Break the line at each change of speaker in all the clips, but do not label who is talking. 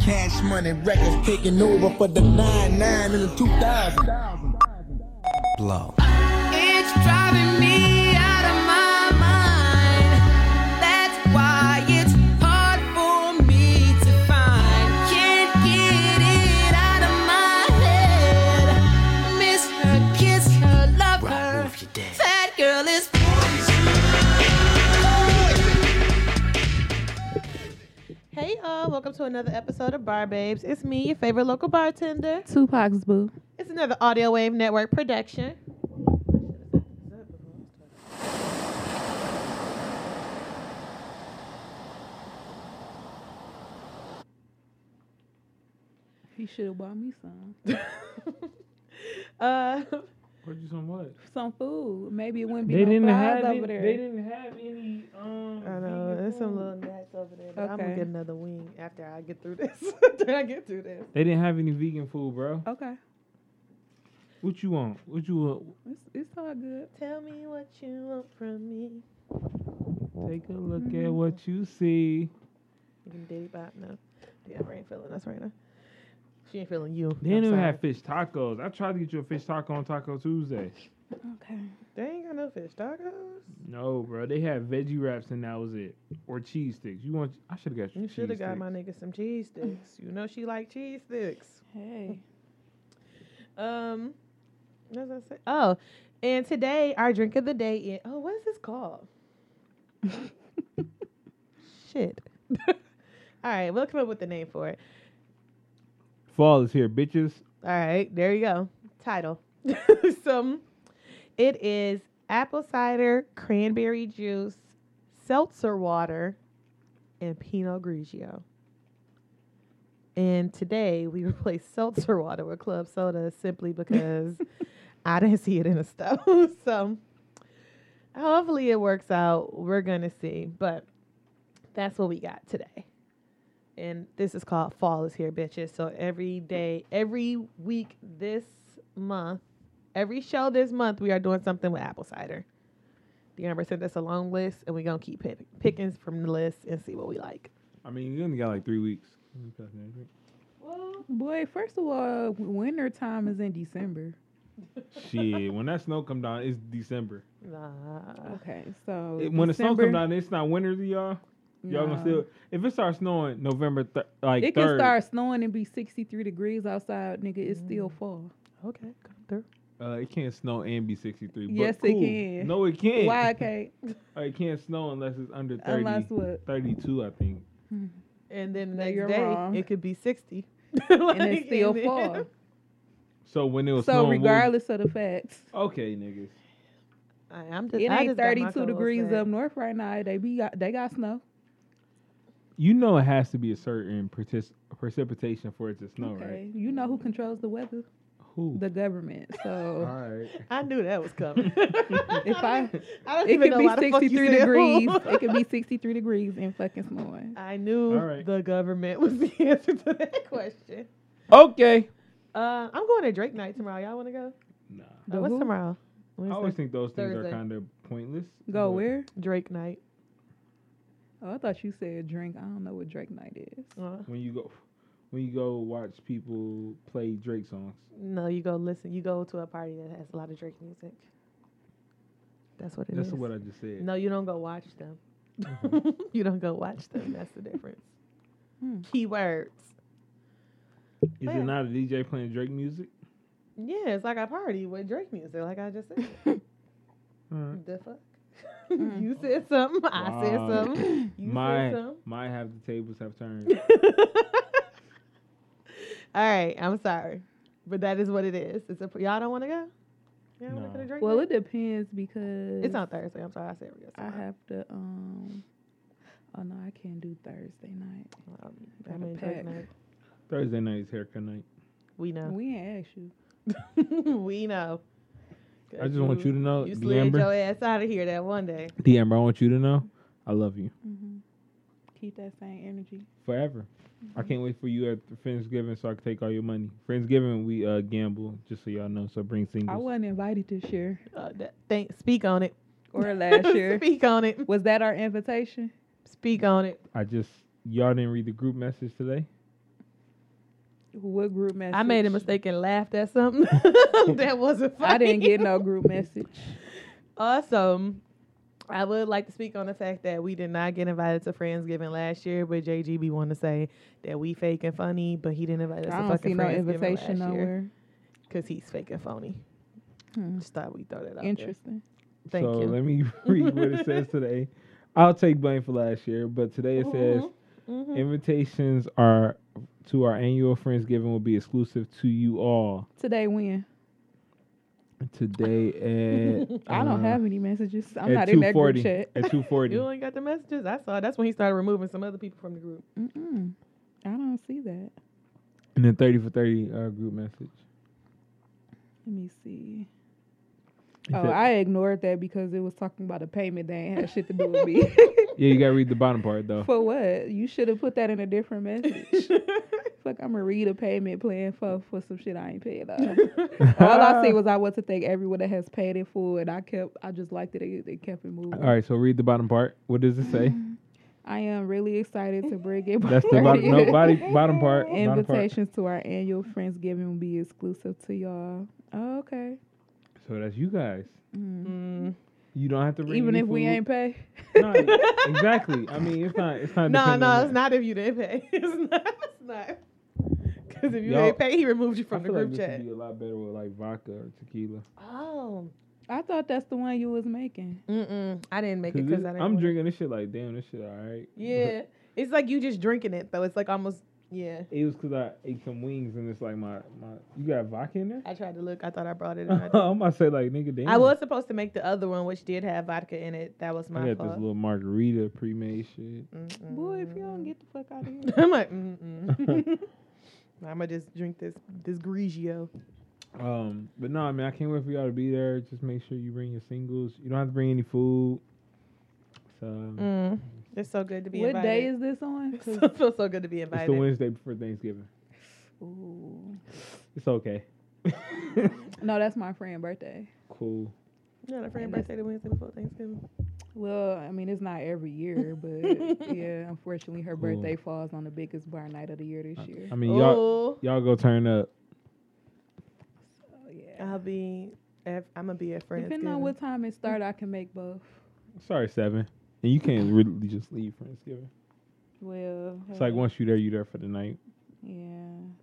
Cash money records taking over for the 9 9 in the 2000. Blow.
It's driving me out of my mind. That's why it's hard for me to find. Can't get it out of my head. Miss her, kiss her, love her. That girl is
Hey y'all, welcome to another episode of Bar Babes. It's me, your favorite local bartender.
Tupac's boo.
It's another Audio Wave Network production.
He should have bought me some.
Uh,
Where'd you some what?
Some food. Maybe it wouldn't be
They
no
didn't
fries
have
over
any,
there.
They didn't have any. Um,
I know
vegan
there's some
food.
little gnats over there. But I'm gonna
Okay.
get another wing after I get through this. after I get through this.
They didn't have any vegan food, bro.
Okay.
What you want? What you want?
It's, it's all good.
Tell me what you want from me.
Take a look at what you see.
You can diddy bop now. Yeah, I ain't feeling us right now. She ain't feeling you.
They
I'm
didn't even
sorry.
have fish tacos. I tried to get you a fish taco on Taco Tuesday.
Okay.
They ain't got no fish tacos.
No, bro. They had veggie wraps and that was it. Or cheese sticks. You want? I should have got you.
You should
cheese
have got
sticks.
my nigga some cheese sticks. You know she like cheese sticks.
Hey.
Um, what was I say? Oh, and today our drink of the day is oh, what is this called? Shit. All right, we'll come up with the name for it.
Fall is here, bitches.
All right, there you go. Title. so, it is apple cider, cranberry juice, seltzer water, and Pinot Grigio. And today we replaced seltzer water with club soda simply because I didn't see it in the stove. so, hopefully it works out. We're going to see. But that's what we got today. And this is called Fall is Here, bitches. So every day, every week this month, every show this month, we are doing something with apple cider. The Amber sent us a long list, and we're going to keep pick- picking from the list and see what we like.
I mean, you only got like three weeks.
Boy, first of all, winter time is in December.
Shit, when that snow come down, it's December.
Nah.
Okay. So
It- when the snow come
December-
down, it's not winter to y'all. Y'all gonna
No.
still if it starts snowing November thir- like
It can
third.
start snowing and be 63 degrees outside, nigga. It's still
Mm.
fall.
Okay, come through.
Uh, it can't snow and be sixty three.
Yes, it
but cool.
can.
No, it can't.
Why, Kate?
Uh, It can't snow unless it's under 30,
Unless what?
32, I think.
And then the
No,
next
you're
day,
wrong.
it could be 60.
And
Like,
it's still
and
fall.
then-
So when it was
So
snowing, we was-
regardless of the facts,
okay, niggas.
I, am just,
it
I
ain't
just got my
32
clothes
degrees
back.
up north right now. They be got, they got snow.
You know it has to be a certain partic- precipitation for it to snow,
okay.
right?
You know who controls the weather?
Who?
The government.
All
So
right.
I knew that was coming.
if I
I don't
it
even
could
know
be
why the fuck you
63
said
degrees.
who.
it could be 63 degrees and fucking snowing.
I knew
All right.
the government was the answer to that question.
Okay.
Uh, I'm going to Drake night tomorrow. Y'all want to go? Uh,
Nah.
The
what's
who?
tomorrow?
I
Wednesday.
always think those things
Thursday.
are kind of pointless.
Go
but-
where?
Drake night.
Oh, I thought you said drink. I don't know what Drake night is.
Uh,
When you go, when you go watch people play Drake songs.
no, you go listen. You go to a party that has a lot of Drake music. That's what it is.
That's what I Mm-hmm. just said.
No, you don't go watch them. you don't go watch them. That's the difference.
Hmm.
Keywords.
Is it
Where?
not a DJ playing Drake music?
Yeah, it's like a party with Drake music, like I just said.
Alright.
the fuck?
Mm.
you said something. I said
Wow.
something. You
my
said something.
my half the tables have turned.
All right, I'm sorry, but that is what it is. It's a y'all don't want to go. Y'all want
No.
to go to Drake?
Well,
night?
it depends because
it's on Thursday. I'm sorry, I said yes.
I have to um Oh no, I can't do Thursday night.
Um,
I
I mean,
gotta
Drake
pack.
night.
Thursday night is haircut night.
We know.
We ain't asked you.
we know.
I just want you to know,
You
the
slid your
Amber,
ass out of here that one day.
the Amber. I want you to know, I love you
hmm Keep that same energy.
forever. I
Mm-hmm.
can't wait for you at Friendsgiving so I can take all your money. Friendsgiving we uh gamble just so y'all know. So bring
I
singles.
wasn't invited this year
Uh, that, think, speak on it.
or last year.
speak on it.
Was that our invitation?
Speak on it.
I, just y'all didn't read the group message today.
What group message?
I made a mistake and laughed at something that wasn't funny.
I didn't get no group message.
Also, I would like to speak on the fact that we did not get invited to Friendsgiving last year, but JGB wanted to say that we fake and funny, but he didn't invite us
I
to
don't see
fucking
no
Friendsgiving
invitation
last year
nowhere.
because he's fake and phony.
Hmm.
Just thought we throw that out there.
Interesting.
Thank
so
you.
let me read what it says today. I'll take blame for last year, but today it says
Mm-hmm.
Mhm.
invitations are to our annual Friendsgiving will be exclusive to you all
Today when?
today at.
I
uh,
don't have any messages. I'm
at
not in that group
2:40,
chat.
At two forty.
You ain't got the messages. I saw. That's when he started removing some other people from the group.
Mm-mm. I don't see that.
And then 30 for 30 uh, group message.
Let me see.
He
Oh,
said-
I ignored that because it was talking about a payment that ain't had shit to do with me.
yeah, you gotta read the bottom part though.
for what? You should have put that in a different message. Fuck, I'm gonna read a payment plan for for some shit I ain't paid off. All I see was I want to thank everyone that has paid it for, and I kept, I just liked it. It, it kept it moving.
All right, so read the bottom part. What does it say?
I am really excited to bring it.
That's the bottom, no, body, bottom part. bottom part.
Invitations to our annual Friendsgiving will be exclusive to y'all. Oh, okay.
So that's you guys.
Mm.
Mm.
You don't have to read
Even
any
if we
food.
ain't pay.
No, exactly. I mean, it's not. It's not.
No,
dependent on
no, it's
that.
not if you didn't pay. It's not. It's not. Because if you
Y'all-
ain't pay, he removed you
I
from the
feel
group
like This
chat.
would be a lot better with like vodka or tequila.
Oh.
I thought that's the one you was making.
Mm-mm. I didn't make it
Cause
because I didn't.
I'm
want it.
drinking this shit like damn, this shit all right.
Yeah. It's like you just drinking it though. It's like almost yeah.
It was because I ate some wings and it's like my my. You got vodka in there?
I tried to look. I thought I brought it. And I, didn't.
I'm about to say like nigga damn.
I was supposed to make the other one, which did have vodka in it. That was
I
my
got this
fault. Mm.
little margarita pre-made shit.
Mm-mm.
Boy, if you
Mm.
don't get the fuck out of here.
I'm like, mm-mm. I'ma just drink this this Grigio.
Um, but no, I mean, I can't wait for y'all to be there. Just make sure you bring your singles. You don't have to bring any food. So
Mm. It's so good to be
What
invited.
day is this on? 'Cause-
it feels so good to be
it's the
invited.
Wednesday before Thanksgiving.
Ooh.
It's okay.
No, that's my friend' birthday.
cool.
Yeah, the friend
Wednesday.
birthday the Wednesday before Thanksgiving.
Well, I mean, it's not every year, but yeah, unfortunately, her
Cool. Uh,
birthday falls on the biggest bar night of the year this year.
I mean, y'all
Oh,
y'all go turn up.
So,
uh,
yeah.
I'll be. At, I'm gonna be at friends.
Depending on what time it starts, I can make both.
Sorry, seven. And you can't really just leave Thanksgiving.
Well,
It's like
uh,
once you there, you there for the night.
Yeah.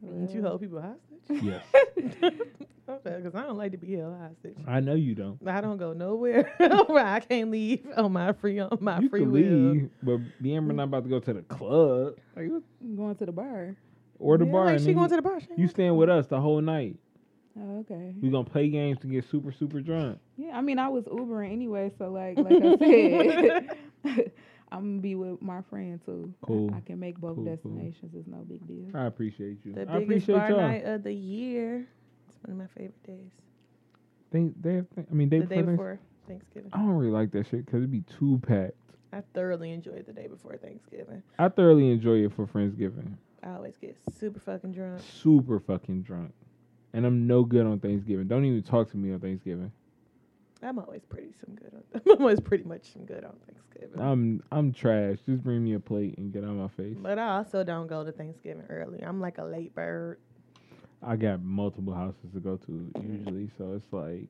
Didn't you
well,
hold people hostage?
Yes.
Okay, because I don't like to be held hostage.
I know you don't.
I don't go nowhere. Right, I can't leave on my free on my
you
free
can
will.
leave, but the Amber not about to go to the club
I'm going to the bar.
or the
Yeah,
bar.
Like she
nigga.
going to the bar. she ain't
you staying with us the whole night.
Oh, okay.
We gonna play games to get super super drunk.
Yeah, I mean, I was Ubering anyway, so like, like I said, I'm gonna be with my friend too. I-
Cool.
I, can make both
Cool, cool.
destinations. It's no big deal.
I appreciate you.
The
I
biggest
appreciate
bar
y'all.
night of the year. It's one of my favorite days.
They they have th- I mean they
the day
play
before Thanksgiving.
I don't really like that shit because it'd be too packed.
I thoroughly enjoyed the day before Thanksgiving.
I thoroughly enjoy it for Friendsgiving.
I always get super fucking drunk.
Super fucking drunk, and I'm no good on Thanksgiving. Don't even talk to me on Thanksgiving.
I'm always pretty some good on I'm always pretty much some good on Thanksgiving.
I'm I'm trash. Just bring me a plate and get out of my face.
But I also don't go to Thanksgiving early. I'm like a late bird.
I got multiple houses to go to usually, so it's like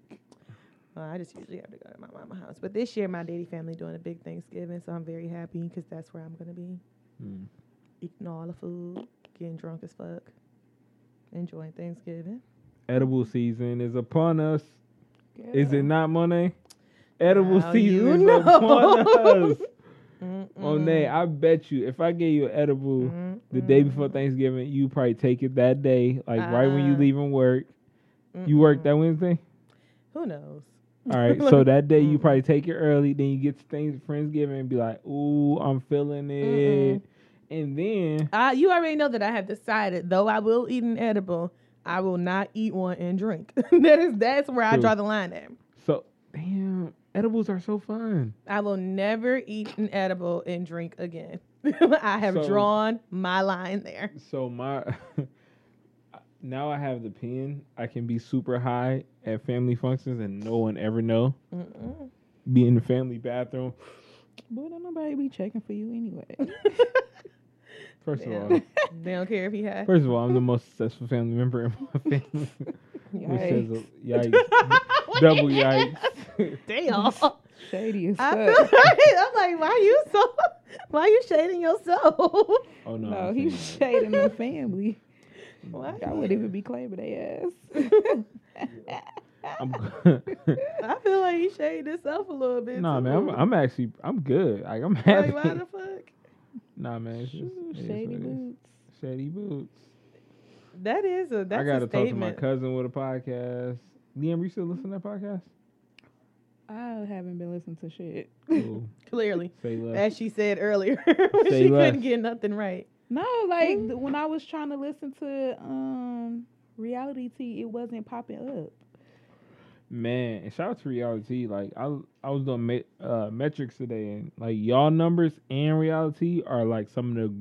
Well, Uh, I just usually have to go to my mama's house. But this year, my daddy family doing a big Thanksgiving, so I'm very happy because that's where I'm gonna be
mm,
eating all the food, getting drunk as fuck, enjoying Thanksgiving.
edible season is upon us. Is
Yeah.
it not, Monet? Edible
Now
season
you
is
know.
upon us.
Mm-mm.
Monet, I bet you if I gave you an edible.
Mm-mm.
the day before Thanksgiving, you probably take it that day, like right when you
Uh,
leaving work. You work that Wednesday?
Who knows?
All right. So that day you probably take it early, then you get to things Friendsgiving and be like, ooh, I'm feeling it. And then
Uh, you already know that I have decided, though I will eat an edible, I will not eat one and drink. that is that's where I
True.
draw the line at.
so damn, edibles are so fun.
I will never eat an edible and drink again. I have
So-
drawn my line there.
So my now I have the pen. I can be super high at family functions and no one ever know.
Mm-mm.
Be in the family bathroom.
Boy, don't nobody be checking for you anyway.
First
Yeah.
of all,
they don't care if he had.
first of all, I'm the most successful family member in my family. Which says
Yikes.
a- yikes. Double yikes.
Damn.
Shady as
I
fuck.
feel like, I'm like, why you so? Why you shading yourself?
Oh no.
no,
I'm
he's
saying
shading the family.
Why?
I wouldn't even be claiming they ass.
that. I'm
I feel like he shaded himself a little bit.
nah,
too.
man. I'm, I'm actually I'm good. Like I'm happy.
like, why the fuck?
nah, man. It's just,
Ooh,
it is
Shady
what it is.
boots.
Shady boots.
That is a. That's
I gotta
a
talk to my
statement.
cousin with a podcast. Liam, you still listen to that podcast?
I haven't been listening to shit.
Cool.
Clearly,
Say love.
as she said earlier, when
Say
she
less.
couldn't get nothing right.
No, like th- when I was trying to listen to um reality T, it wasn't popping up.
Man, and shout out to reality. Like I, I was doing me- uh, metrics today, and like y'all numbers and reality are like some of the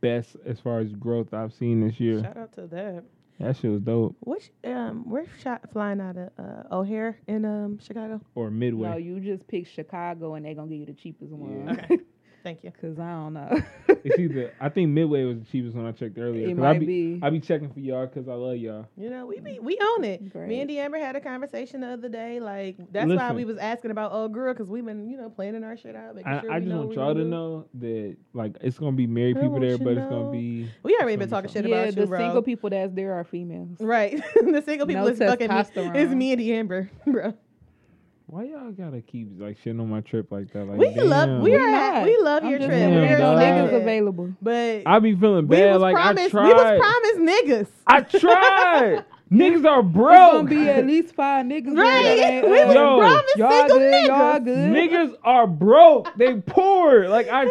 best as far as growth I've seen this year.
Shout out to that.
That shit was dope.
Which um, we're shot flying out of uh, O'Hare in um Chicago.
Or midway.
No, you just pick Chicago and they're gonna give you the cheapest one.
Yeah.
Okay. Thank you.
Cause I don't know.
it's either I think midway was the cheapest one I checked earlier.
it
'cause I
might be.
I be checking for y'all because I love y'all.
You know, we be, we own it. Me
Great.
and D'Amber had a conversation the other day. Like that's why
Listen.
we was asking about old girl because we've been you know planning our shit out. Making
I,
sure
I
we
just
know
want
where
y'all
we
to
live.
know that like it's gonna be married
I
people
want
there,
you
but it's
know.
gonna be
We already been
That's
talking
gonna
shit
yeah,
about
the
you, bro.
single people that's there are females.
Right, the single people
No
is fucking me. It's
testosterone.
me and D'Amber, bro.
why y'all gotta keep like shitting on my trip like that? Like
we love, we
damn.
are, at,
not.
we love
I'm
your
just
trip.
saying,
saying,
We're
dog.
no
excited.
niggas available.
but
I be feeling
we
bad.
was
like I
promised,
tried.
we was promised niggas.
I tried. Niggas are
It's gonna
broke.
be at least five niggas.
Right,
there that
we
ain't
was
Yo,
us.
promised
y'all
single
good, y'all
niggas.
good.
Niggas are broke. They poor. Like I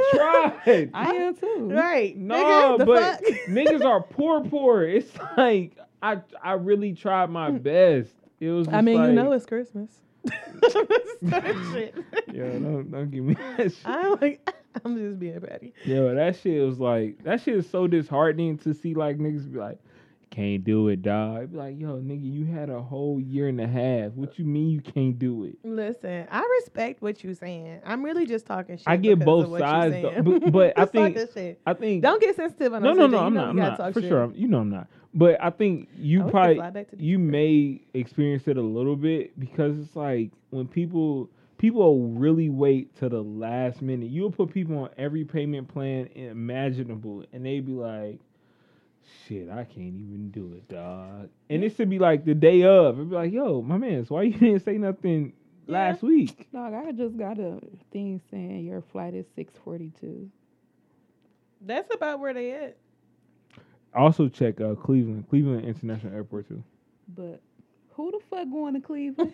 tried.
I am too.
Right,
Nah,
nigga, the
but
fuck?
niggas are poor, poor. It's like I I really tried my best. It was.
Mm. I mean,
just
you
like,
know it's Christmas. Start shit.
Yo, don't don't give me that shit.
I'm like, I'm just being petty.
Yo, that shit was like that shit is so disheartening to see like niggas be like, can't do it, dog. Be like, yo, nigga, you had a whole year and a half. What you mean you can't do it?
Listen, I respect what you're saying. I'm really just talking shit.
I get
because
both
of what you
sides, though,
saying.
but- but I
Just
think-
talking shit.
I think
don't get sensitive. On
no,
this
no,
shit.
no,
You
I'm not,
know we
I'm
gotta
not
talk
for
shit.
sure. I'm- You know I'm not, but I think you
I would
probably
fly back to the
you may experience it a little bit because it's like when people people will really wait to the last minute. You'll put people on every payment plan imaginable, and they be like, "Shit, I can't even do it, dog." And it should be like the day of. It'd be like, "Yo, my man, so why you didn't say nothing
Yeah.
last week?"
Dog, I just got a thing saying your flight is six forty two.
That's about where they at.
Also check uh, Cleveland, Cleveland International Airport too.
But who the fuck going to Cleveland?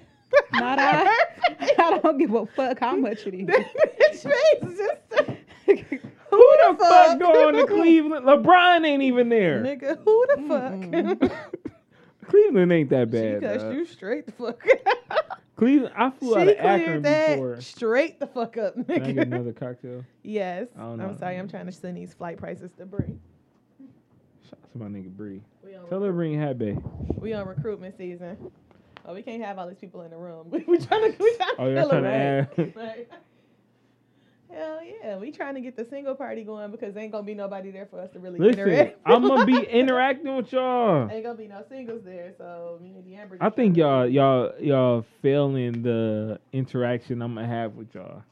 Not I. I don't give a fuck how much it
That bitch face just
is.
who,
Who the fuck going to Cleveland? LeBron ain't even there.
Nigga, who the fuck?
Cleveland ain't that
she
bad. uh,
cussed
dog.
you straight the fuck up.
Cleveland, I
She
flew out of Akron
cleared that
before.
straight the fuck up,
Can I get
nigga.
another cocktail?
Yes.
I don't know.
I'm sorry, I'm trying to send these flight prices to Bree.
Shout out to my nigga Bree.
We on,
Tell her bring Hatbay.
we on recruitment season. Oh, we can't have all these people in the room. we trying to, we trying
Oh, y'all
fill
trying to
it right.
add?
Like, Hell yeah, we trying to get the single party going because ain't gonna be nobody there for us to really
Listen,
interact.
I'm gonna be interacting with y'all.
Ain't gonna be no singles there, so me and D'Amber.
I
just
think
tryna-
y'all, y'all, y'all failing the interaction I'm gonna have with y'all.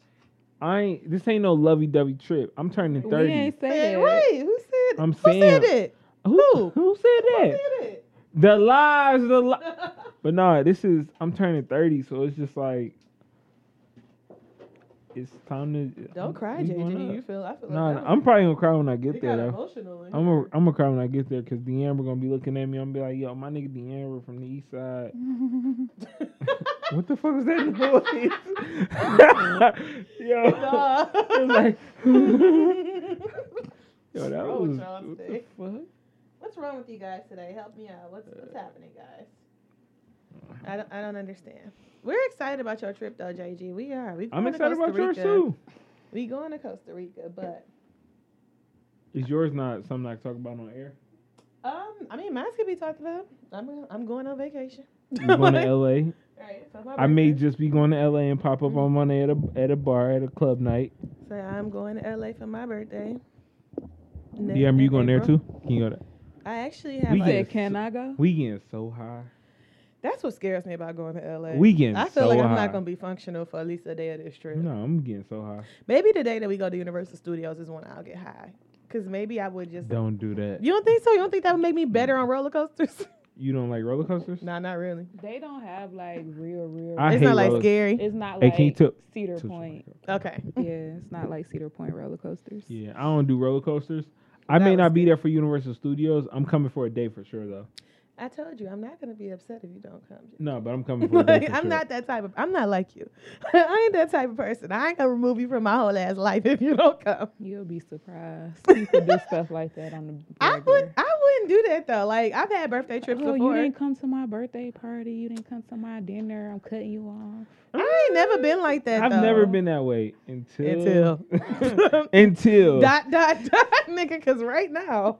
I ain't. This ain't no lovey-dovey trip. I'm turning
we
thirty.
ain't say
Hey,
that.
wait, who said?
I'm
who said
saying-
it?
Who? Who
Who
said
said
that?
it?
The lies. The li- But nah, this is I'm turning thirty, so it's just like it's time to.
Don't
I'm-
cry,
we going
JJ.
up.
You feel? I feel like
Nah,
that
nah, I'm probably gonna cry when I
was-
get
you
there.
got
Though.
emotional. in
I'm
here.
gonna I'm gonna cry when I get there because D'Amber gonna be looking at me. I'm gonna be like, yo, my nigga D'Amber from the East Side. what the fuck was that noise? yo,
Nah.
it was like, yo, that
Roll with
was
y'all
what the
today.
fuck?
What's wrong with you guys today? Help me out. What's what's
Uh,
happening, guys? I don't, I don't understand. We're excited about your trip though, JG. We are. We
I'm
going
excited
to Costa
about yours
Rica.
too.
We going to Costa Rica, but
Is yours not something I can talk about on air?
um, I mean, mine could be talked about. I'm I'm going on vacation.
You going to LA?
Alright, so my
I may
birthday.
just be going to LA and pop up on Monday at a at a bar at a club night.
So I'm going to LA for my birthday. ne-
DM, you
in
going there
April.
too? Can you go there?
I actually have.
I
We
like-
said,
get-
can I go?
We getting so high.
that's what scares me about going to LA.
We getting
I feel
so
like I'm
high.
not gonna be functional for at least a day of this trip.
No, I'm getting so high.
Maybe the day that we go to Universal Studios is when I'll get high. Cause maybe I would just.
Don't do that.
You don't think so? You don't think that would make me better on roller coasters?
You don't like roller coasters?
nah, not really.
They don't have like real, real.
I
it's
hate
not like
roller-
scary.
it's not
Hey,
like
can you tip-
Cedar
Too-
Point.
Okay.
yeah, it's not like Cedar Point roller coasters.
Yeah, I don't do roller coasters. I
That
may
was
not be
good.
there for Universal Studios. I'm coming for a day for sure, though.
I told you I'm not gonna be upset if you don't come.
No, but I'm coming for a day.
Like,
for
I'm
sure.
not that type of. I'm not like you. I ain't that type of person. I ain't gonna remove you from my whole ass life if you don't come.
You'll be surprised. People do stuff like that on the.
I would.
regular.
I wouldn't do that though. Like I've had birthday trips
Oh, you
before.
didn't come to my birthday party. You didn't come to my dinner. I'm cutting you off.
I ain't never been like that.
I've
though.
never been that way until
Until.
until.
dot dot dot, nigga. Because right now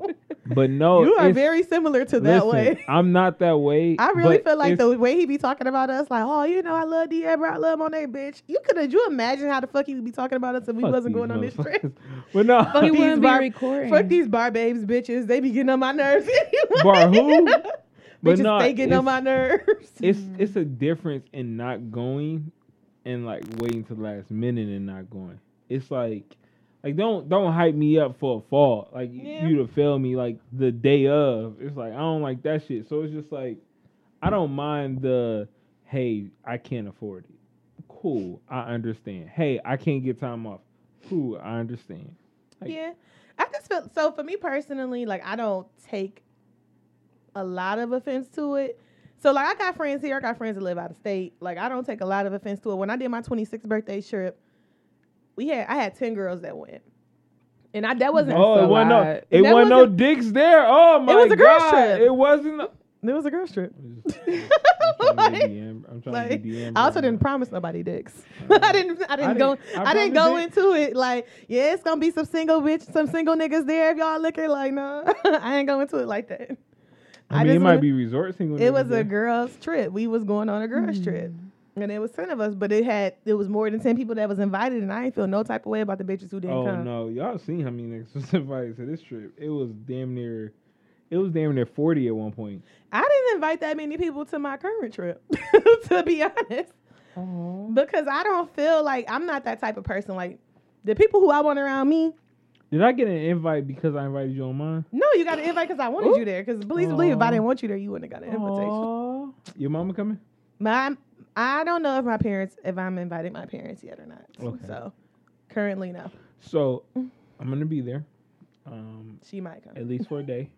but no,
you are
Oh, it's-
very similar to that
listen,
way.
I'm not that way.
I really
but
feel like
it's-
the way he be talking about us, like, oh, you know, I love D. Ever, I love Monet, bitch. You could have, you imagine how the fuck he would be talking about us if we
fuck
wasn't
these
going on this trip.
motherfuckers. but no,
Fuck
You
these
wouldn't be
bar-
recording.
Fuck these bar babes, bitches. They be getting on my nerves.
Bar who? But
bitches,
no,
they getting
it's-
on my nerves.
it's it's a difference in not going and like waiting to the last minute and not going. It's like like don't don't hype me up for a fall. Like y-
Yeah.
you to fail me like the day of. It's like I don't like that shit. So it's just like I don't mind the hey, I can't afford it. Cool, I understand. Hey, I can't get time off. Cool, I understand. Like-
yeah, I just feel so. For me personally, like I don't take a lot of offense to it. So like I got friends here, I got friends that live out of state. Like I don't take a lot of offense to it. When I did my 26th birthday trip, we had I had 10 girls that went, and I that wasn't
Oh, it
a
wasn't
lot.
no, it
That
wasn't no
wasn't-
dicks there. Oh my
was a girls
God.
trip.
It wasn't. a-
there was a girls trip.
I'm trying to
Like-
be DM I'm trying to
Like,
be DM
I
right
also
now.
didn't promise nobody dicks.
Uh,
I didn't. I
didn't-
didn't go.
I
I, didn't go
probably
into it like, yeah, it's gonna be some single bitch, some single niggas there. If y'all looking like, no, I ain't going into it like that.
I,
I
mean, it
just
might
wanna-
be resort single.
It
niggas
was
there.
a girls' trip. We was going on a
Hmm.
girls' trip, and it was ten of us, but it had it was more than ten people that was invited, and I ain't feel no type of way about the bitches who didn't
Oh
come.
no, y'all seen how many niggas was invited to this trip? It was damn near, it was damn near forty at one point.
I didn't invite that many people to my current trip, to be honest. Because I don't feel like I'm not that type of person. Like the people who I want around me,
Did I get an invite because I invited you on mine?
no, you got an invite because I wanted you there. Because please believe, if I didn't want you there, you wouldn't have got an invitation.
Aw. Your mama coming?
My, I don't know if my parents, if I'm inviting my parents yet or not.
Okay.
So currently, no.
So I'm gonna be there, um,
She might come.
at least for a day.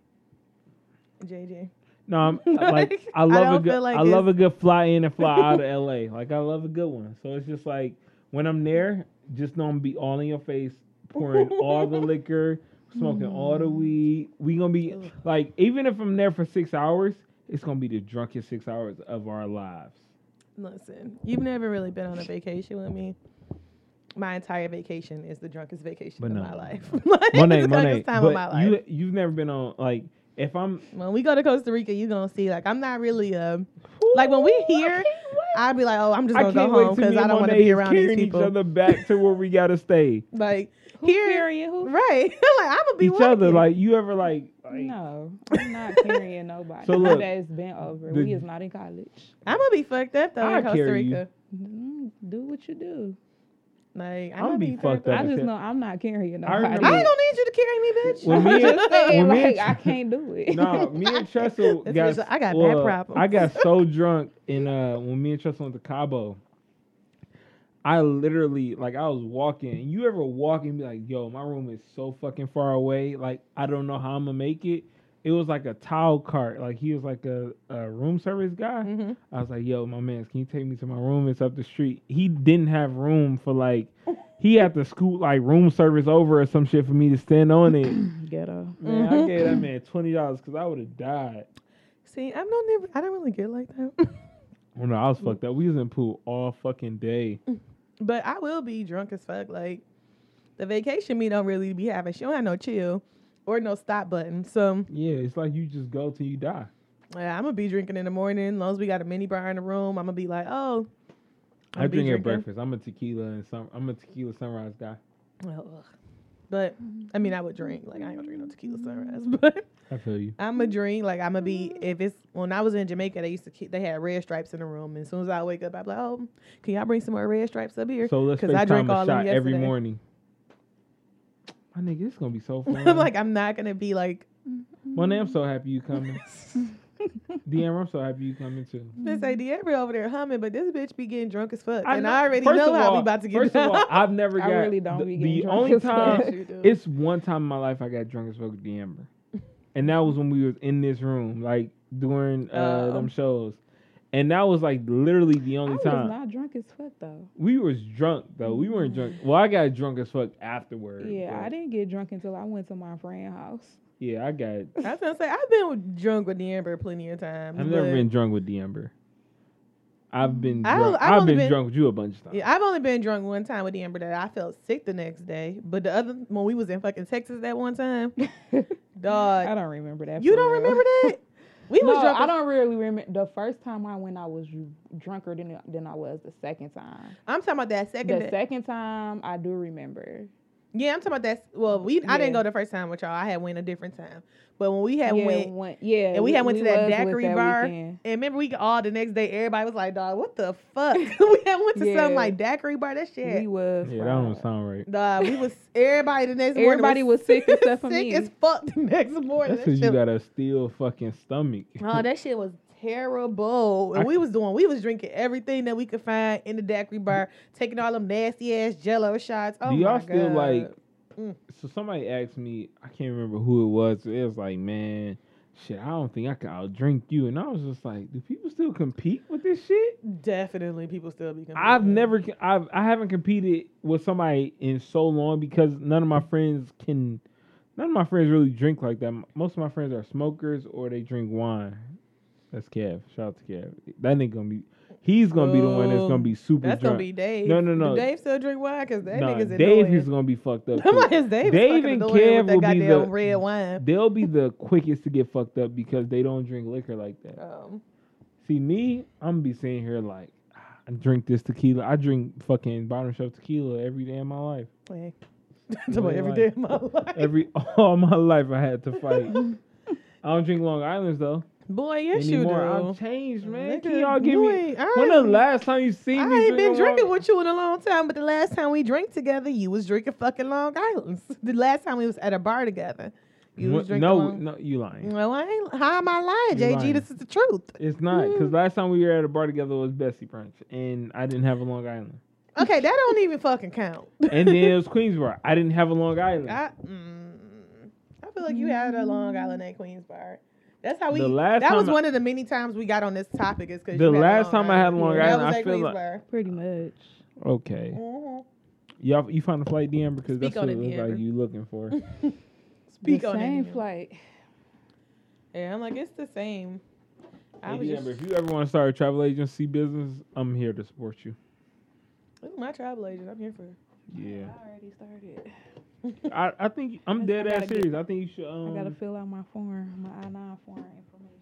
JJ.
No, I'm like I
I
love a
don't
good
feel like
I love a
it's-
good fly in and fly out of LA. Like I love a good one. So it's just like when I'm there, just know I'm gonna be all in your face, pouring all the liquor, smoking all
Mm.
the weed. We gonna be like even if I'm there for six hours, it's gonna be the drunkest six hours of our lives.
Listen, you've never really been on a vacation with me. My entire vacation is the drunkest vacation
But
of
no.
my life.
Monet,
like, it's the
Monet,
drunkest time
but
of my life.
you you've never been on like if I'm
when we go to Costa Rica, you gonna see. Like, I'm not really a like when we here. I'd be like, oh, I'm just
I
gonna
can't
go
wait
home
to
because
me
I
and
don't want to
Monet
be
is
around these
carrying each
people.
other back to where we gotta stay.
Like
Who
here,
carrying who?
right? like I'm gonna be
each other,
walking.
like you ever like, like
No, I'm not carrying nobody.
So look,
that has been over.
the-
we is not in college.
I'm gonna be fucked up though
I'll
in Costa
carry you.
Rica.
Mm, do what you do.
Like I'm,
I'll
gonna
be
be,
fucked up.
I
is
just
it.
know I'm not carrying
I
nobody.
remember-
I ain't gonna need you to carry me, bitch.
When me and-
just saying,
when me and
like, I can't do it.
No, me and Tressa
This
got.
bitch like, I got bad
well,
problems.
I got so drunk in uh when me and Tressa went to Cabo. I literally like I was walking. You ever walk and be like, "Yo, my room is so fucking far away. Like I don't know how I'm gonna make it." It was like a towel cart. Like he was like a, a room service guy.
Mhm.
I was like, "Yo, my man, can you take me to my room? It's up the street." He didn't have room for like. He had to scoot like room service over or some shit for me to stand on it.
Ghetto.
Man,
Mm-hmm.
I gave that man twenty dollars because I would have died.
See, I'm not never. I don't really get like that.
Well, no, I was fucked up. We was in pool all fucking day.
Mm-hmm. But I will be drunk as fuck. Like the vacation me don't really be having. She don't have no chill or no stop button. So
Yeah, it's like you just go till you die.
uh, I'm gonna be drinking in the morning. As long as we got a mini bar in the room, I'm gonna be like, oh.
i
I'll be
drink at
drinking.
breakfast. I'm a tequila and some. I'm a tequila sunrise guy.
Well, ugh. But I mean, I would drink. Like I ain't gonna drink no tequila sunrise, but
I feel you.
I'm a drink. Like I'm gonna be. If it's when I was in Jamaica, they used to keep, they had red stripes in the room. And as soon as I wake up, I'm like, oh, can y'all bring some more red stripes up here?
So let's
Because I
FaceTime
drink
a
all them
shot every
yesterday.
morning. My nigga, it's gonna be so fun.
I'm like, I'm not gonna be like
my name, I'm so happy you coming. DM, I'm so happy you coming too.
this ADR over there humming, but this bitch be getting drunk as fuck, and
know-
I already
first
know
of
how we
all-
about to get
First
down.
of all, I've never
I
got.
really don't
the,
be
the
getting drunk
only
as fuck.
time
Yes, you do.
it's one time in my life I got drunk as fuck with D'Amber, and that was when we was in this room, like during uh,
Oh.
them shows, and that was like literally the
I
only
was
time
not drunk as fuck though.
we was drunk though. We weren't drunk. Well, I got drunk as fuck afterward.
Yeah, I
but-
didn't get drunk until I went to my friend's house.
Yeah, I got.
I was gonna say I've been drunk with the Amber plenty of times.
I've never
but-
been drunk with D'Amber. I've been.
I
Drunk.
don't- I've
I've,
only
been,
been-
drunk with you a bunch of times.
Yeah, I've only been drunk one time with Amber that I felt sick the next day. But the other when we was in fucking Texas that one time,
I
dog,
don't remember that.
you
for
don't
real.
remember that? We
no,
was drunk.
I don't really remember. The first time I went, I was drunker than than I was the second time.
I'm talking about that second
The
day.
second time, I do remember.
yeah, I'm talking about that. Well, we I didn't
Yeah.
go the first time with y'all. I had went a different time. But when we had
yeah,
went
one- yeah,
and we had went to that
was with
daiquiri bar.
weekend.
And remember, we all the next day, everybody was like, "Dog, what the fuck?" we had went to
Yeah.
some like daiquiri bar. That shit.
We was.
Yeah, that
fried.
don't sound right.
Dog, we was everybody the next morning.
Everybody was sick except for
sick
me.
as fuck the next morning.
That's
That
because you
shit-
got a steel fucking stomach.
Oh, that shit was terrible. And
I-
we was doing, we was drinking everything that we could find in the daiquiri bar, taking all them nasty ass Jello shots. Oh,
Do y'all
my
still
God.
like?
Mm.
So somebody asked me, I can't remember who it was. It was like, man, shit, I don't think I can outdrink you. And I was just like, do people still compete with this shit?
Definitely, people still be. confused.
I've never, c- I've, I haven't competed with somebody in so long because none of my friends can, none of my friends really drink like that. M- Most of my friends are smokers or they drink wine. That's Kev. Shout out to Kev. That nigga gonna be, he's gonna be the one that's
Oh,
gonna be super
That's gonna
drunk.
be Dave.
No, no, no.
Do Dave still drink wine because that
Nah,
nigga's
Dave
annoying.
is gonna be fucked up.
I'm
too.
like, is
Dave
Dave, Dave
and
and
Kev
Kev with
will
that
be
goddamn
the-
red wine.
They'll be the quickest to get fucked up because they don't drink liquor like that.
Um,
See me, I'm be sitting here like "Ah, I drink this tequila. I drink fucking bottom shelf tequila every day of my life.
like,
Really
every
like-
day of my life.
Every all my life I had to fight. I don't drink Long Islands though.
Boy, yes
anymore.
you
I've
do.
changed, man.
Nigga,
Can y'all give
you
me
ain't- I
when the
ain't-
last time you seen me?
I ain't been
drinking Long-
drinking with you in a long time, but the last time we drank together, you was drinking fucking Long Islands. The last time we was at a bar together, you was
What-
drinking.
No,
Long-
no, you lying.
Well, I ain't, how am I lying,
You're
JG?
lying.
This is the truth.
It's not because last time we were at a bar together was Bessie brunch, and I didn't have a Long Island.
Okay, that don't even fucking count.
And then it was Queensboro. I didn't have a Long Island.
I, mm, I feel like you had a Long Island at Queens Bar. That's how we.
The last
that was
time I-
one of the many times we got on this topic is because
The last time I had Long Island, I feel like-
Pretty much.
Okay.
Mhm.
Y'all, you found the flight DM because
Speak
that's what
on
it
it,
looks like
Deandra.
you looking for.
Speak
the
on it,
same
Neil.
flight.
Yeah, I'm like it's the same. I
Hey,
was just,
Deandra, if you ever want to start a travel agency business, I'm here to support you.
this is my travel agent. I'm here for.
Yeah.
I already started.
I, I think I'm
Yes,
dead
I
ass
gotta get-
serious. I think you should
I gotta
um
fill out my form, my I nine form information.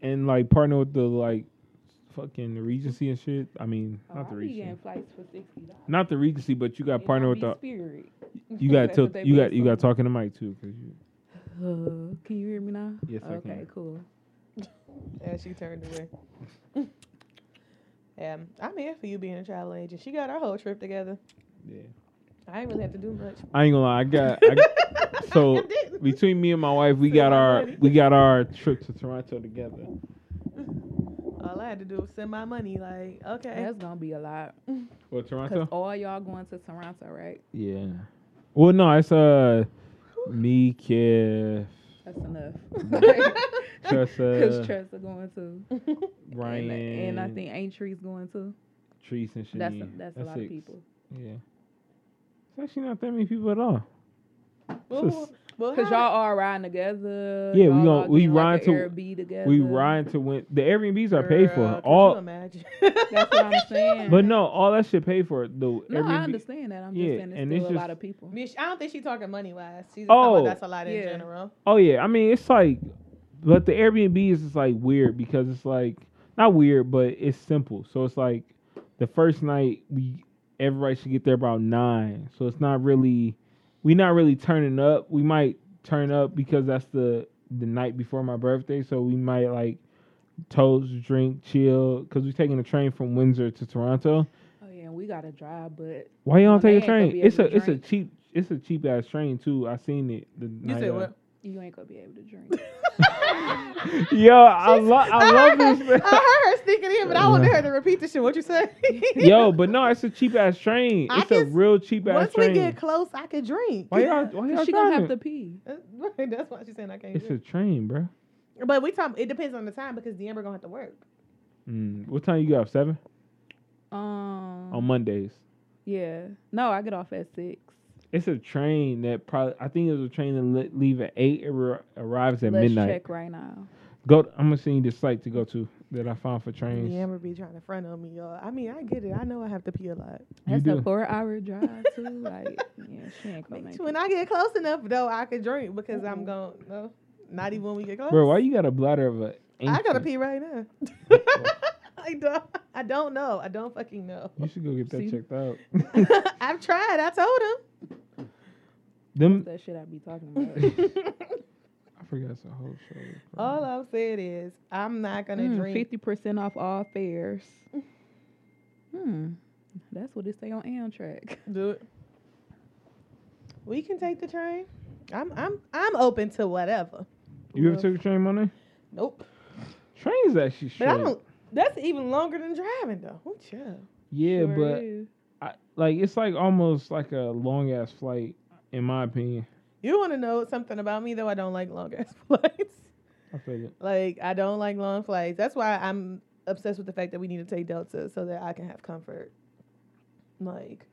and like partner with the like fucking Regency and shit. I mean,
Oh,
not the
I be getting
Regency,
flights for sixty dollars.
not the Regency, but you got to partner with the
Spirit.
you got
That's
to
what they
you got
based
you got
on.
talking to Mike too because you
Uh, can you hear me now?
Yes, I
Okay,
can.
cool.
Yeah, she turned away. yeah, I'm here for you being a travel agent. She got our whole trip together.
yeah.
I ain't really have to do much.
I ain't gonna lie, I got I, so between me and my wife, we got our we got our trip to Toronto together.
All I had to do was send my money. Like, okay,
That's gonna be a lot.
Well, Toronto.
Cause all y'all going to Toronto, right?
Yeah. Well, no, it's uh, me, Kev,
That's enough. Cause
Tressa,
Tressa going to.
Ryan,
And, and I think Aintree's going to.
Trees and shit.
That's a, that's, a lot of people.
Yeah. It's actually not that many people at all.
well, well,
Cause
how-
y'all all riding together.
Yeah, we
y'all
gon-
all
we
getting, like
ride
a
to-
Airbnb together.
We ride to win. The Airbnbs are paid for.
Girl, could you
all,
imagine?
That's what I'm saying.
but no, all that shit paid for. The
No,
Airbnb.
I understand that. I'm
Yeah,
just saying it's
and
still
it's
a
just-
lot of people.
Bitch, I don't think she's talking money wise. She's just
Oh.
talking about that's a lot in
Yeah.
general.
Oh yeah, I mean it's like, but the Airbnb is just like weird because it's like not weird, but it's simple. So it's like the first night we everybody should get there about nine. So it's not really we not really turning up. We might turn up because that's the the night before my birthday, so we might like toast, drink, chill, because we're taking a train from Windsor to Toronto.
Oh yeah, we gotta drive, but
Why you
Well,
don't
Oh, they
take a
ain't gonna
train?
be able
It's a
to
it's a
drink.
cheap it's a cheap ass train too. I seen it. The night
said
of-
what?
you ain't gonna be able to drink.
Yo, I love I
heard,
love
her,
this.
I heard her sneaking in, but I wanted her to repeat the shit. What you said?
Yo, but no, it's a cheap ass train.
I
It's a
can-
real cheap ass
Once
train.
we get close, I could drink.
why y'all? Why y'all
she gonna have
driving?
to pee.
Uh, right, That's why she's saying I can't
It's a
drink.
train, bro.
but we talk. It depends on the time because Deamber gonna have to work.
Mm. What time you get off? Seven
Um,
on Mondays.
yeah, no, I get off at six.
It's a train that probably I think it was a train that le- leave at eight. It arri- arrives at
Let's
midnight.
check right now.
Go. I'm gonna send you the site to go to that I found for trains.
Deamber be trying to front on me, y'all. I mean, I get it. I know I have to pee a lot.
You
That's a
do.
four-hour drive too. Like, yeah, she ain't gonna make
When
it.
I get close enough, though, I could drink because I'm going. No, not even when we get close.
Bro, why you got a bladder of a?
I gotta
ancient?
pee right now. I don't. I don't know. I don't fucking know.
You should go get that
See?
checked out.
I've tried. I told him.
Them.
That shit I be talking about.
I forgot it's a whole show.
All I'm saying is, I'm not gonna drink.
Mm,
Mm.
Fifty percent off all fares. Hmm, that's what it say on Amtrak.
Do it. We can take the train. I'm I'm I'm open to whatever.
you ever took a train Monday?
Nope.
Trains actually
But
straight.
I don't. That's even longer than driving though. Ooh, chill.
yeah,
Sure
but
is.
I, like it's like almost like a long ass flight in my opinion.
You want to know something about me though? I don't like long ass flights.
I feel it.
Like I don't like long flights. That's why I'm obsessed with the fact that we need to take Delta so that I can have comfort. Like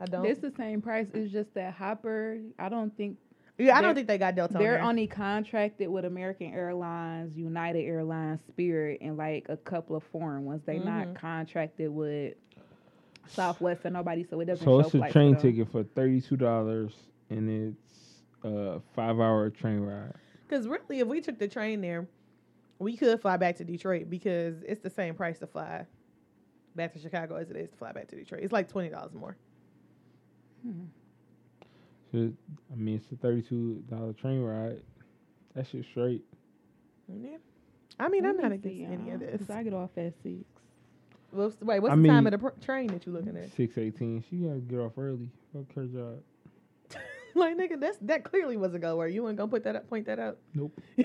I don't.
it's the same price. It's just that Hopper. I don't think
yeah, I
they're-
don't think they got Delta. on
They're
there.
only contracted with American Airlines, United Airlines, Spirit, and like a couple of foreign ones. They
Mm-hmm.
not contracted with Southwest and nobody, so it doesn't.
So
show
it's a
flights
train
for them.
ticket for thirty two dollars and it's a five hour train ride.
Because really, if we took the train there, we could fly back to Detroit because it's the same price to fly back to Chicago as it is to fly back to Detroit. It's like twenty dollars more.
So, I mean it's a thirty two dollar train ride. That shit straight.
Yeah. I mean, I'm
Let
not
me
against
see,
any
y'all,
of this.
'cause I get off at six.
Well, wait, what's
I
the time
mean-
of the pr- train that you looking at?
Six eighteen. She gotta get off early. Fuck her job.
like, nigga, that's that clearly was a go where you ain't gonna put that up, point that out.
Nope.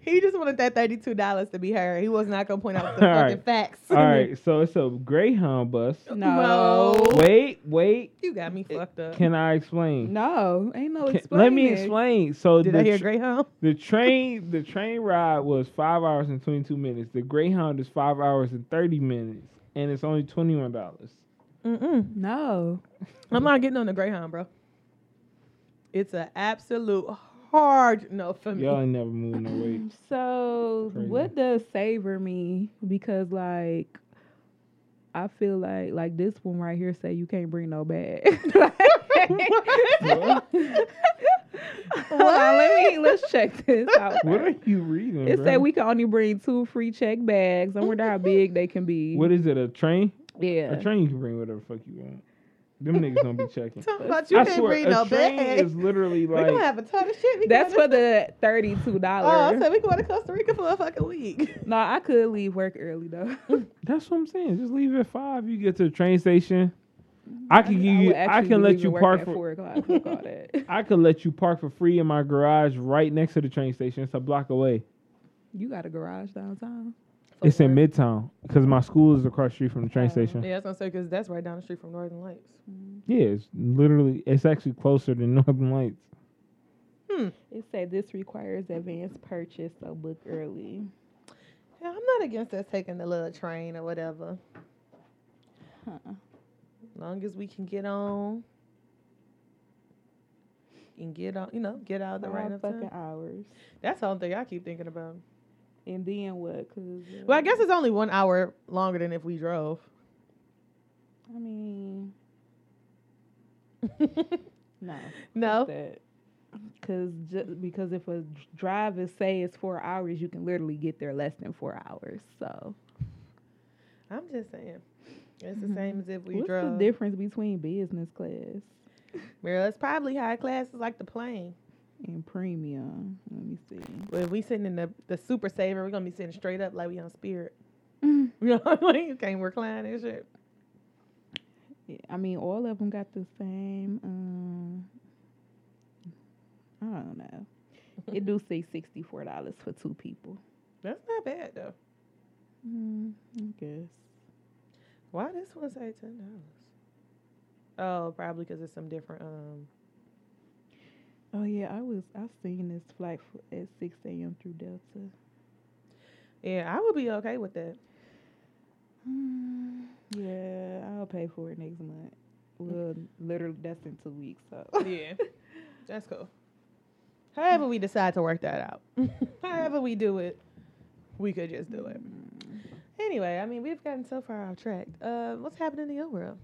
he just wanted that thirty two dollars to be heard. He was not gonna point out the
All
fucking
right.
facts.
All right, so it's a Greyhound bus.
No,
Wait, wait.
you got me fucked up.
Can I explain?
no, ain't no.
Can- let me
explaining.
explain. So
Did
the
I hear
tr-
Greyhound?
The train the train ride was five hours and twenty two minutes. The Greyhound is five hours and thirty minutes, and it's only twenty one dollars.
Mm-mm.
No,
I'm not getting on the Greyhound, bro. It's an absolute hard no for me.
Y'all ain't never moving no weight.
So
Crazy.
what does savor mean? Because like I feel like like this one right here say you can't bring no bag.
What?
Hold on, let me let's check this out.
What
first.
are you reading?
it
bro?
said we can only bring two free check bags. I wonder how big they can be.
What is it? A train?
yeah.
A train you can bring whatever the fuck you want. Them niggas don't be checking.
Talking about you
I
can't
swear,
read
a
no
train
bag.
is literally
We gonna
like
have a ton of shit. We
That's for
gotta-
the thirty-two
Oh,
dollars.
so we going to Costa Rica for a fucking week.
no, I could leave work early though.
that's what I'm saying. Just leave at five. You get to the train station. I can
would
give you. I
actually
can
be
let
leaving
you
work
park
at
for.
four o'clock. Fuck all that.
I can let you park for free in my garage right next to the train station. It's a block away.
You got a garage downtown.
It's in Midtown because my school is across the street from the train
Oh.
station. Yeah.
Yeah, that's what I'm saying because that's right down the street from Northern Lights.
it's literally it's actually closer than Northern Lights.
It said this requires advance purchase, so book early.
Yeah, I'm not against us taking the little train or whatever.
Huh.
Long as we can get on. And get on, you know, get out the rain
Five
of
fucking
time.
hours.
That's the only thing I keep thinking about.
And then what? Cause uh,
Well, I guess it's only one hour longer than if we drove.
I mean, no,
no,
that. Cause just because if a dr- drive is say it's four hours, you can literally get there less than four hours. So
I'm just saying. It's the same as if we
Mm-hmm. what's the
drove.
difference between business class?
Well, that's probably high class is like the plane.
And premium. Let me see.
But if we sitting in the, the super saver, we're gonna be sitting straight up like we on spirit.
Mm.
You know what I mean? You can't recline and shit.
Yeah, I mean, all of them got the same. Um, I don't know. It do say sixty four dollars for two people.
That's not bad though.
Mm, I guess.
Why this one say ten dollars? Oh, probably because it's some different. Um,
Oh yeah, I was I seen this flight f- at six a.m. through Delta.
yeah, I would be okay with that.
Mm, yeah, I'll pay for it next month. Well, literally, that's in two weeks. So
Yeah, that's cool. However, we decide to work that out. However, we do it, we could just do it. Anyway, I mean, we've gotten so far off track. Uh, what's happening in your world?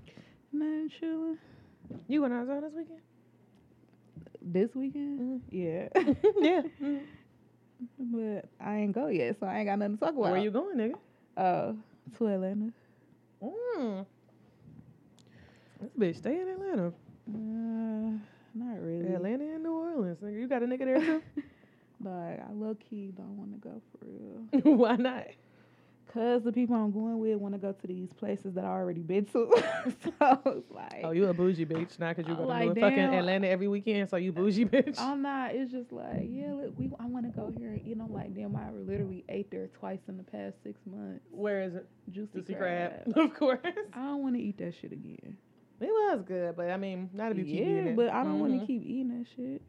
man, chilling
You going to Arizona this weekend?
this weekend. Mm-hmm. Yeah,
yeah.
but I ain't go yet, so I ain't got nothing to talk about.
Where you going, nigga?
Uh, to Atlanta.
Mm. This bitch stay in Atlanta.
Uh, not really.
Atlanta and New Orleans, nigga. You got a nigga there too?
Like I low key don't want to go for real.
Why not?
Cause the people I'm going with want to go to these places that I already been to. so it's like,
Oh, you a bougie bitch. Not because you
I'm
go to
like,
New- fucking
damn.
Atlanta every weekend, so you bougie bitch.
I'm not. It's just like, yeah, look, we I want to go here. You know, like damn, I literally ate there twice in the past six months.
Where is it?
Juicy,
Juicy
crab.
crab. Of course. It
I don't want to eat that shit again.
was good, but I mean, not if you keep eating
yeah,
it.
but I don't want
Mhm.
to keep eating that shit.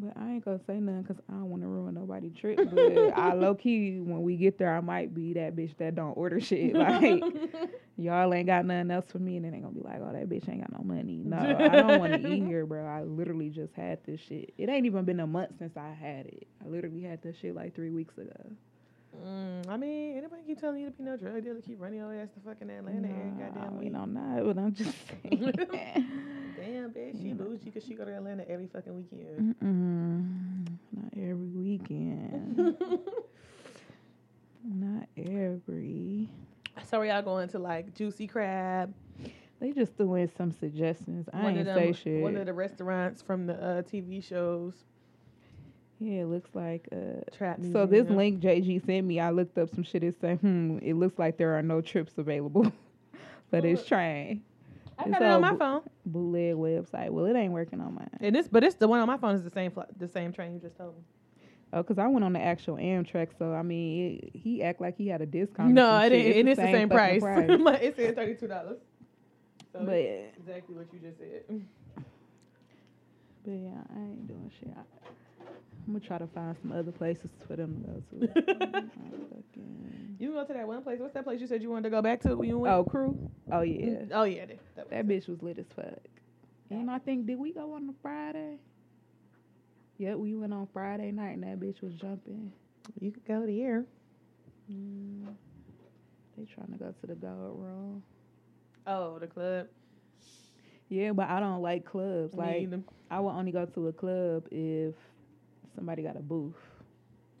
But I ain't gonna say nothing because I don't want to ruin nobody trip. But I low key when we get there, I might be that bitch that don't order shit. Like y'all ain't got nothing else for me, and then they gonna be like, "Oh, that bitch ain't got no money." No, I don't want to eat here, bro. I literally just had this shit. It ain't even been a month since I had it. I literally had this shit like three weeks ago.
Mm, I mean, anybody keep telling you to be no drug dealer, keep running your ass to fucking Atlanta every goddamn
Nah,
week.
you know, not. But I'm just saying.
Damn, bitch, she bougie because she go to Atlanta every fucking weekend.
Mm-hmm. Mm-mm. Not every weekend. Not every.
So are y'all going to like Juicy Crab?
They just threw in some suggestions. I
one
ain't
of
say
them,
shit.
One of the restaurants from the uh, TV shows.
yeah, it looks like. Uh,
Trap
so this
Museum.
link JG sent me, I looked up some shit. It said, hmm, it looks like there are no trips available for this train.
I
it's
got it on
all
my
bu-
phone,
Bootleg website. Well, it ain't working on mine.
and this, but it's the one on my phone is the same, fl- the same train you just told me.
Oh, cause I went on the actual Amtrak. So I mean, it, he act like he had a discount. or
no,
some
it
shit.
ain't, and it's the same,
fucking
price. Like, it said thirty two dollars. So
but
it's exactly what you just said.
But yeah, I ain't doing shit. I, I'm gonna try to find some other places for them to go to. I'm fucking-
You go to that one place. What's that place you said you wanted to go back to when you went?
oh, crew. Oh yeah,
Mm, oh yeah, that, that
that
was it.
bitch was lit as fuck. And I think did we go on a Friday? Yep, we went on Friday night, and that bitch was jumping.
You could go there.
Mm. They trying to go to the gold room.
Oh, the club.
Yeah, but I don't like clubs.
Me
Like
either.
I would only go to a club if somebody got a booth.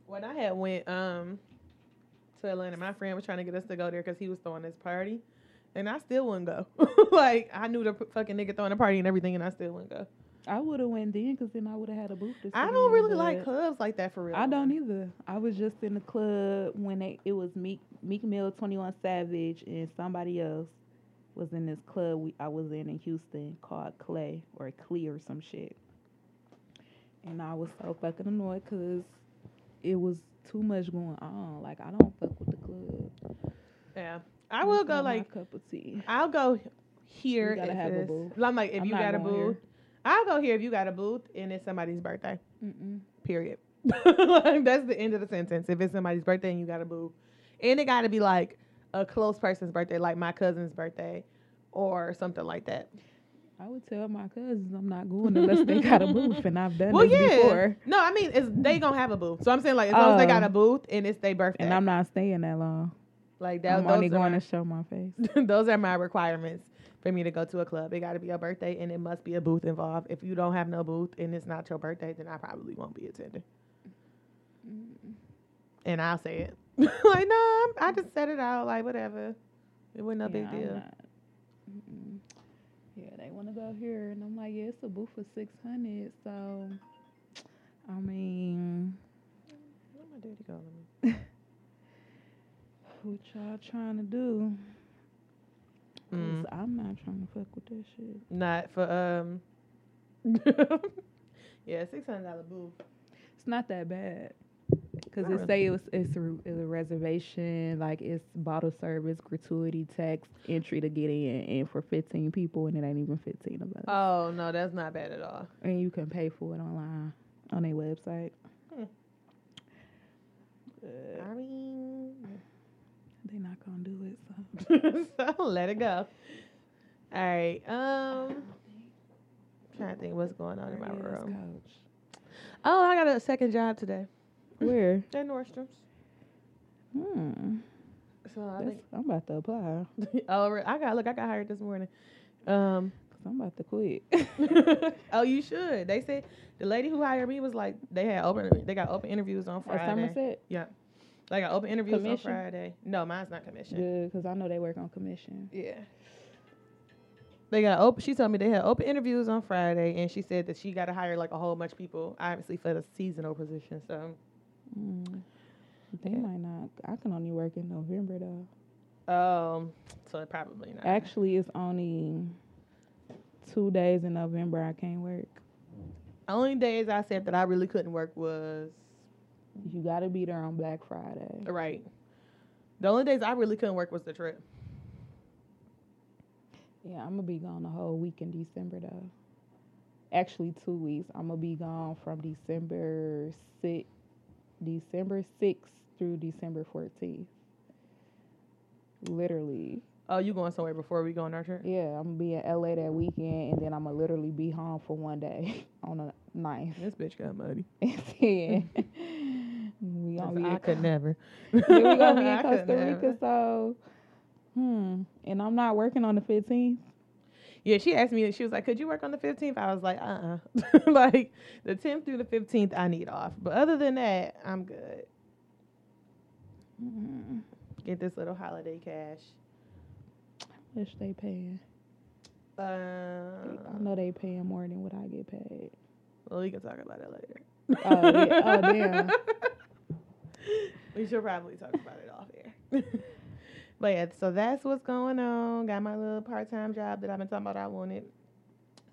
When I had went um to Atlanta, my friend was trying to get us to go there because he was throwing this party, and I still wouldn't go. like I knew the p- fucking nigga throwing a party and everything, and I still wouldn't go.
I would have went then, cause then I would have had a booth. to
I
sit
don't
in,
really like
but-
clubs like that for real.
I don't either. I was just in the club when they, it was Meek Meek Mill, Twenty One Savage, and somebody else was in this club we I was in in Houston called Clay or Clee or some shit. And I was so fucking annoyed because it was too much going on. Like I don't fuck with the club.
Yeah, I will
It's
go.
not my
Like
cup of tea.
I'll go here.
You gotta
if
have a
it's-
booth.
I'm like if
I'm
you
not
got a
going here.
booth, I'll go here if you got a booth and it's somebody's birthday.
Mm-mm.
Period. Like, That's the end of the sentence. If it's somebody's birthday and you got to boo, and it got to be like a close person's birthday, like my cousin's birthday, or something like that.
I would tell my cousins I'm not going unless they got a booth, and I've done
well,
this
yeah.
before.
No, I mean, it's, they gonna have a booth. So I'm saying like as long as they got
Oh.
a booth and it's their birthday,
And I'm not staying that long.
like that.
I'm
those,
only
are
going
my,
to show my face.
those are my requirements for me to go to a club. It got to be your birthday, and it must be a booth involved. If you don't have no booth and it's not your birthday, then I probably won't be attending. Mm. And I'll say it. like no, I'm, I just said it out. Like whatever. It wasn't a
Yeah,
big
I'm
deal.
not- mm-mm. Yeah, they want to out here, and I'm like, yeah, it's a booth for six hundred. So, I mean,
Where my daddy calling me?
what y'all trying to do? 'Cause
Mm.
I'm not trying to fuck with that shit.
Not for um. yeah, six hundred dollar booth.
It's not that bad. Cause
Not
it
really.
say it was, it's a, it's a reservation, like it's bottle service, gratuity, tax, entry to get in, and for fifteen people, and it ain't even fifteen of us.
Oh no, that's not bad at all.
and you can pay for it online on their website.
Hmm.
But
I mean,
they not gonna do it. So
so let it go. All right. Um, trying to think what's going on in my
Yes,
room.
coach.
Oh, I got a second job today
Where?
at Nordstrom's.
Hmm.
So I
that's- I'm about to apply.
think. Oh, re- I got look. I got hired this morning. Um.
Cause I'm about to quit.
oh, you should. They said the lady who hired me was like they had open. They got open interviews on
At
Friday.
Somerset.
They got open interviews on
Commission?
Friday. No, mine's not commission.
Good, cause I know they work on commission.
Yeah. They got open. She told me they had open interviews on Friday, and she said that she got to hire like a whole bunch of people, obviously for the seasonal position. So,
Mm. They
Yeah.
might not. I can only work in November though.
um, so probably not.
Actually, it's only two days in November I can't work.
Only days I said that I really couldn't work was
You gotta be there on Black Friday.
right. The only days I really couldn't work was the trip.
Yeah, I'm gonna be gone the whole week in December though. Actually, two weeks. I'm gonna be gone from December six, December sixth through December fourteenth. Literally,
Oh, you going somewhere before we go on our trip?
yeah. I'm gonna be in LA that weekend, and then I'm gonna literally be home for one day on the ninth
This bitch got muddy.
and ten. we gonna be
I
in
could never.
then Oh, we gonna be in
I could
Costa
never.
Rica, so hmm. And I'm not working on the 15th.
Yeah, she asked me. She was like, "Could you work on the 15th?" I was like, "Uh, uh like the 10th through the 15th, I need off. But other than that, I'm good.
Mm,
Get this little holiday cash.
wish they paying. I
Um,
know they paying more than what I get paid.
well, we can talk about it later.
Oh, yeah. oh damn.
We should probably talk about it off air. but yeah, so that's what's going on. Got my little part time job that I've been talking about. I wanted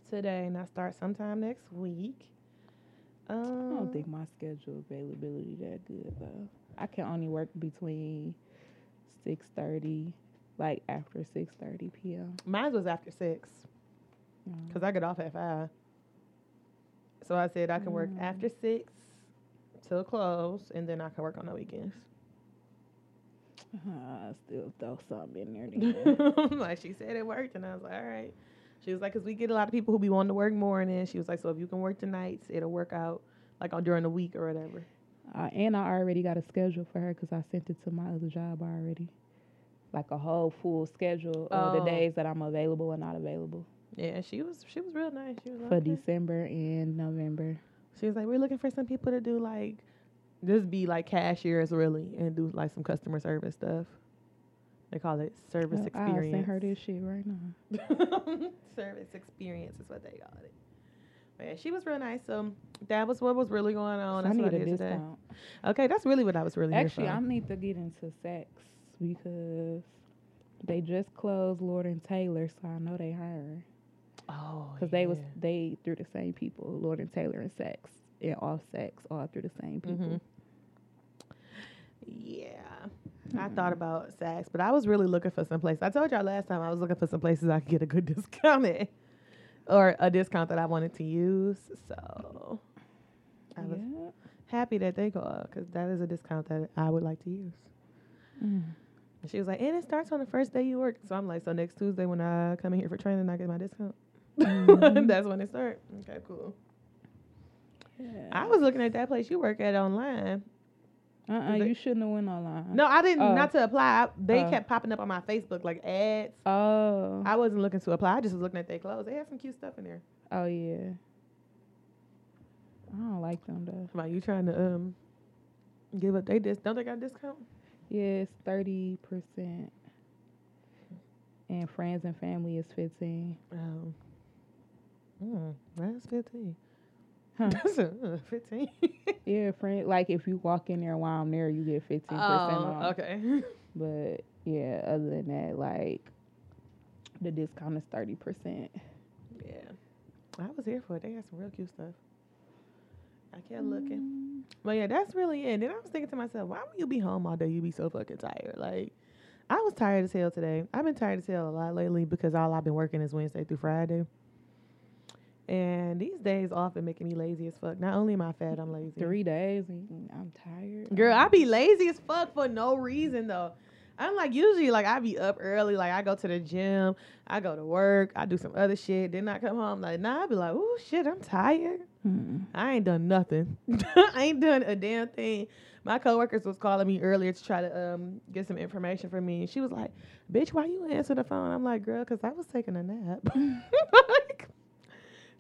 today, and I start sometime next week.
I
Um,
don't think my schedule availability that good though. I can only work between 6:30, like after 6:30 p.m.
mine was after six.
Mm.
Cause I get off at five. So I said I can work after six till close, and then I can work on the weekends.
Uh, still throw something in there. then.
like she said, it worked, and I was like, all right. She was like, cause we get a lot of people who be wanting to work morning. She was like, so if you can work the nights, it'll work out like on during the week or whatever.
Uh, and I already got a schedule for her because I sent it to my other job already. Like a whole full schedule of
Oh.
the days that I'm available and not available
Yeah, she was she was real nice. She was like,
for
okay.
December and November.
she was like, we're looking for some people to do like, just be like cashiers really, and do like some customer service stuff. They call it service
Well,
experience.
I'll send her this shit right now.
service experience is what they called it. But yeah, she was real nice. So that was what was really going on.
I
That's
need
what I
a
did today.
discount.
Okay, that's really what I was really here
Actually,
for.
I need to get into sex because they just closed Lord and Taylor, so I know they hiring
oh,
because they was they through the same people, Lord and Taylor and sex and all sex all through the same people.
Mhm. yeah. I thought about Saks, but I was really looking for some place. I told y'all last time I was looking for some places I could get a good discount at, or a discount that I wanted to use. So I was
Yeah.
happy that they called because that is a discount that I would like to use.
Mm.
And she was like, and it starts on the first day you work. So I'm like, so next Tuesday when I come in here for training, I get my discount. That's when it starts. Okay, cool. I
Yeah.
was looking at that place you work at online.
Uh-uh,
They-
you shouldn't have went online.
No, I didn't.
Oh.
not to apply. I, they
Oh.
kept popping up on my Facebook like ads.
Oh.
I wasn't looking to apply. I just was looking at their clothes. They had some cute stuff in there.
oh yeah. I don't like them though.
Come on, you trying to um give up? They dis don't they got a discount?
Yeah, it's thirty percent. And friends and family is fifteen.
Um, Mm, that's 15.
Huh.
That's a, uh, 15.
Yeah, friend. Like if you walk in there while I'm there, you get fifteen percent off.
oh, okay.
But yeah, other than that, like the discount is thirty percent.
Yeah. I was here for it. They had some real cute stuff. I kept looking. But yeah, that's really it. Then I was thinking to myself, why would you be home all day? You be so fucking tired. Like, I was tired as hell today. I've been tired as hell a lot lately because all I've been working is Wednesday through Friday. And these days off been making me lazy as fuck. Not only am I fat, I'm lazy.
Three days. and I'm tired.
Girl, I be lazy as fuck for no reason though. I'm like usually like I be up early, like I go to the gym, I go to work, I do some other shit, then I come home like nah, I be like, oh shit, I'm tired.
Mm.
I ain't done nothing. I ain't done a damn thing. My coworkers was calling me earlier to try to um get some information from me, and she was like, "Bitch, why you answer the phone?" I'm like, "Girl, cause I was taking a nap, like,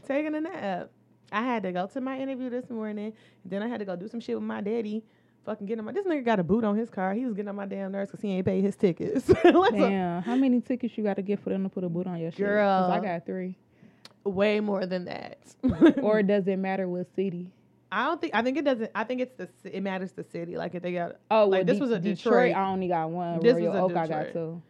taking a nap. I had to go to my interview this morning, then I had to go do some shit with my daddy. Fucking getting on my this nigga got a boot on his car. He was getting on my damn nerves cause he ain't paid his tickets. like, so-
Damn, how many tickets you got to get for them to put a boot on your shit? 'Cause I
Girl.
got three.
way more than that. Hmm.
or does it matter what city?
I don't think I think it doesn't. I think it's the ci- it matters the city. Like if they got
Oh,
Like,
well,
this
De-
was a Detroit.
I only got one.
This
Royal
was a
Oak, I got
Detroit.
two.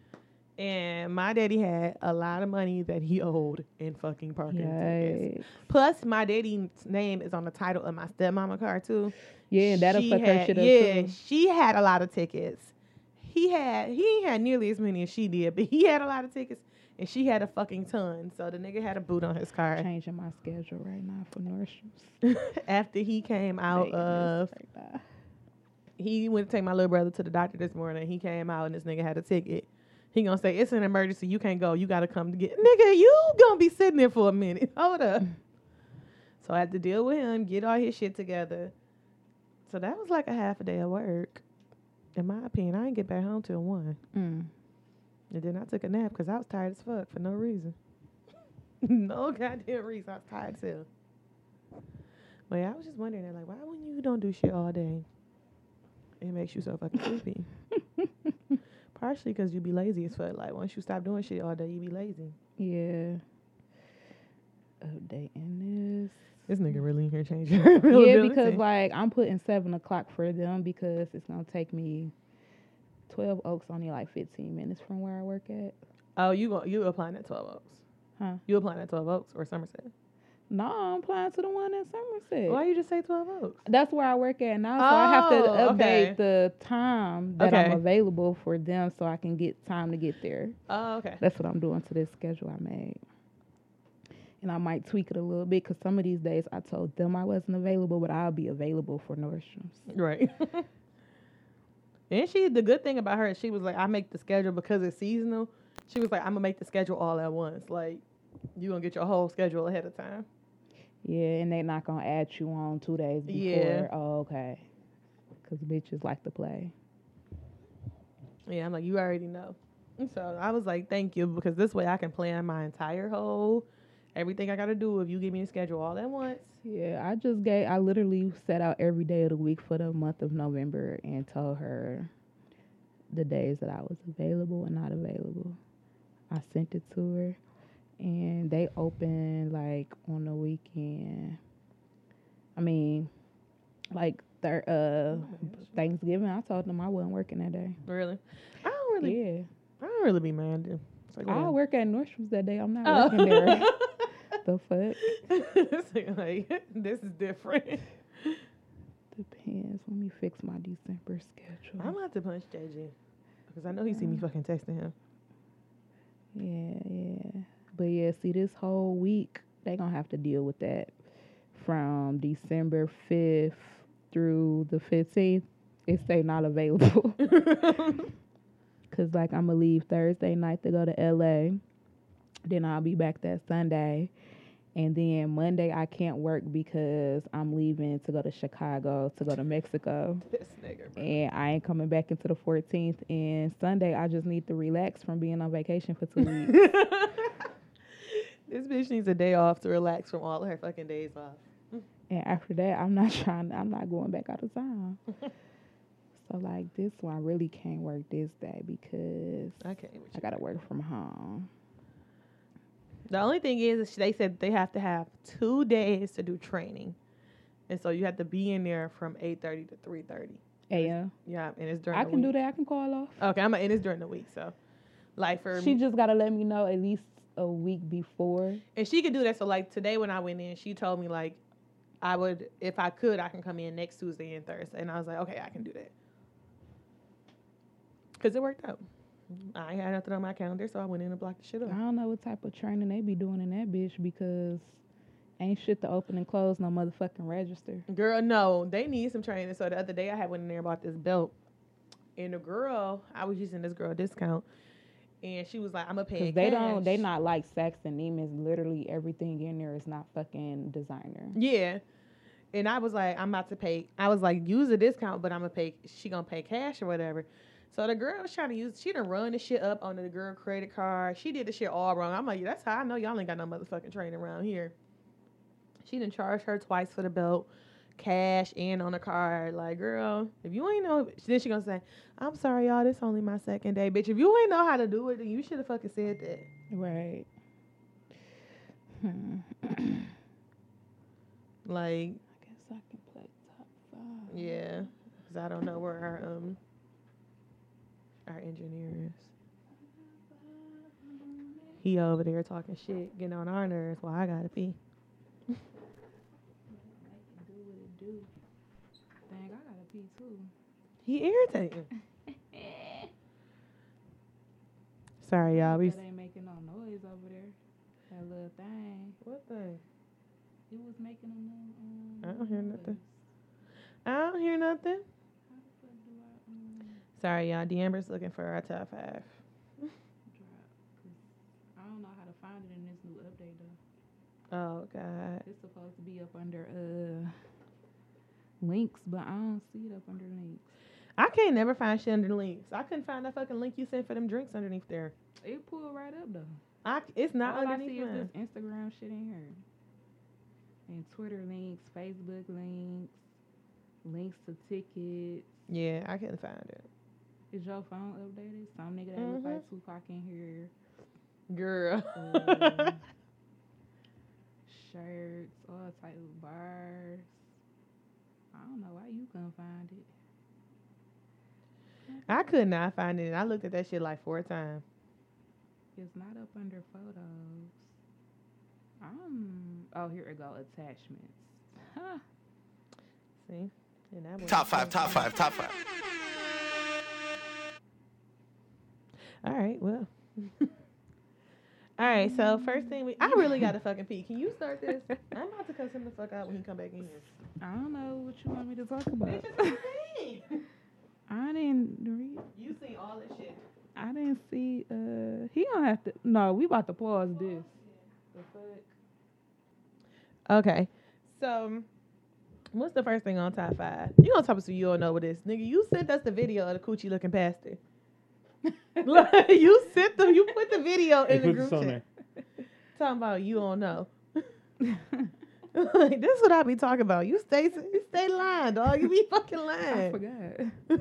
And my daddy had a lot of money that he owed in fucking parking tickets.
Yikes.
Plus, my daddy's name is on the title of my stepmama car too.
Yeah, and that'll
She
fuck
had,
her shit up
Yeah,
too.
she had a lot of tickets. He had he ain't had nearly as many as she did, but he had a lot of tickets, and she had a fucking ton. So the nigga had a boot on his car
Changing my schedule right now for Nordstrom's.
after he came out
Damn, this
of
right now.
he went to take my little brother to the doctor this morning. He came out and this nigga had a ticket. He gonna say it's an emergency. You can't go. You gotta come to get nigga. You gonna be sitting there for a minute. Hold up. so I had to deal with him, get all his shit together. So that was like a half a day of work. In my opinion, I didn't get back home till one,
Mm.
and then I took a nap because I was tired as fuck for no reason. no goddamn reason. I was tired as hell. But yeah, I was just wondering, that, like, why when you don't do shit all day, it makes you so fucking sleepy. Partially because you be lazy as fuck. Like once you stop doing shit all day, you be lazy.
Yeah. Updating this.
This nigga really in here changing. her
Yeah,
availability.
because like I'm putting seven o'clock for them because it's gonna take me twelve oaks only like fifteen minutes from where I work at.
oh, you gon' you applying at Twelve Oaks?
Huh?
You applying at Twelve Oaks or Somerset?
No, I'm applying to the one in Somerset.
Why you just say Twelve Oaks?
That's where I work at now, so I have to
Oh,
update
okay.
the time that I'm
Okay.
available for them so I can get time to get there.
Oh, okay.
That's what I'm doing to this schedule I made. And I might tweak it a little bit because some of these days I told them I wasn't available, but I'll be available for Nordstrom's.
Right. and she, the good thing about her is she was like, I make the schedule because it's seasonal. She was like, I'm gonna make the schedule all at once. Like, you gonna get your whole schedule ahead of time.
Yeah, and they not gonna add you on two days before.
Yeah.
Oh, okay. Cause bitches like to play.
Yeah, I'm like, you already know. And So I was like, thank you, because this way I can plan my entire whole, everything I got to do if you give me a schedule all at once.
Yeah, I just gave. I literally set out every day of the week for the month of November and told her the days that I was available and not available. I sent it to her, and they open like on the weekend. I mean, like thir- uh Thanksgiving. I told them I wasn't working that day.
Really? I don't really,
Yeah.
I don't really be mad. dude. It's like,
I
whatever.
work at Nordstrom's that day. I'm not
Oh.
working there. the fuck
It's like, like, this is different.
depends. Let me fix my December schedule.
I'm about to punch JG because I know he see me fucking texting him.
yeah, yeah. But yeah, see, this whole week they gonna have to deal with that from December 5th through the 15th. If they not available, cause like I'm gonna leave Thursday night to go to LA. Then I'll be back that Sunday. And then Monday I can't work because I'm leaving to go to Chicago to go to Mexico.
This nigga. bro.
and I ain't coming back until the 14th. And Sunday, I just need to relax from being on vacation for two weeks.
This bitch needs a day off to relax from all her fucking days off.
and after that, I'm not trying. I'm not going back out of town. so like this one, I really can't work this day because
I can't. with
I
you.
gotta work from home.
The only thing is, is they said they have to have two days to do training, and so you have to be in there from eight thirty to three thirty.
Yeah,
Yeah, and it's during.
I
the
can do
week.
that. I can call off.
Okay, I'm and it's during the week, so like for
She just gotta let me know at least a week before.
and she could do that. So like today when I went in, she told me like I would if I could I can come in next Tuesday and Thursday, and I was like okay I can do that because it worked out. I ain't had nothing on my calendar, so I went in and blocked the shit
I
up.
don't know what type of training they be doing in that bitch because ain't shit to open and close no motherfucking register.
Girl, no, they need some training. So the other day I had went in there and bought this belt, and the girl I was using this girl discount, and she was like, "I'm gonna pay."
Cause
in
they don't, they
cash."
not like Saxon Neiman's. Literally everything in there is not fucking designer.
Yeah. And I was like, I'm about to pay. I was like, use a discount, but I'm gonna pay. She gonna pay cash or whatever. So the girl was trying to use. She done run the shit up on the girl credit card. She did the shit all wrong. I'm like, that's how I know y'all ain't got no motherfucking training around here. She done charged her twice for the belt, cash and on the card. Like, girl, if you ain't know, then she gonna say, I'm sorry, y'all. This only my second day, bitch. If you ain't know how to do it, then you should have fucking said that.
Right. Hmm.
Like,
I guess I can play top five.
Yeah, because I don't know where our um our engineer is. He over there talking shit, getting on our nerves while I gotta pee.
Do what it do. Dang, I gotta pee too.
He irritating. Sorry, y'all. We
that ain't making no noise over there. That little thing.
what thing?
It was making a little. Um,
I don't hear
noise.
nothing. I don't hear nothing.
How the fuck do I um,
Sorry, y'all. D'Amber's looking for our top five.
drop? 'Cause I don't know how to find it in this new update though.
Oh God.
It's supposed to be up under uh links, but I don't see it up under links.
I can't never find shit under links. I couldn't find that fucking link you sent for them drinks underneath there.
It pulled right up though.
I c- it's not
All I see
underneath mine.
is this Instagram shit in here. And Twitter links, Facebook links, links to tickets.
Yeah, I couldn't find it.
Is your phone updated? Some nigga that look like Tupac in here.
Girl. Mm.
Um, shirts, all type of bars. I don't know why you couldn't find it.
I could not find it. and I looked at that shit like four times.
It's not up under photos. Um. Oh, here we go. Attachments. Huh.
See? And that was
Top five, top five, top five.
All right, well. All right, so first thing we I really gotta fucking pee. Can you start this? I'm about to cuss him the fuck out when he come back in here.
I don't know what you want me to talk about.
Bitch, it's my thing.
I didn't read.
You seen all this shit.
I didn't see. Uh, he don't have to. No, we about to pause this. The fuck.
Okay. So what's the first thing on top five? You gonna talk us you don't know what this. Nigga, you sent us the video of the coochie looking pastor. like you sent them, you put the video
Hey,
in the
put this
group
on
chat.
there.
talking about you don't know. like, that's what I be talking about. You stay you stay lying, dog. You be fucking
I
lying.
forgot.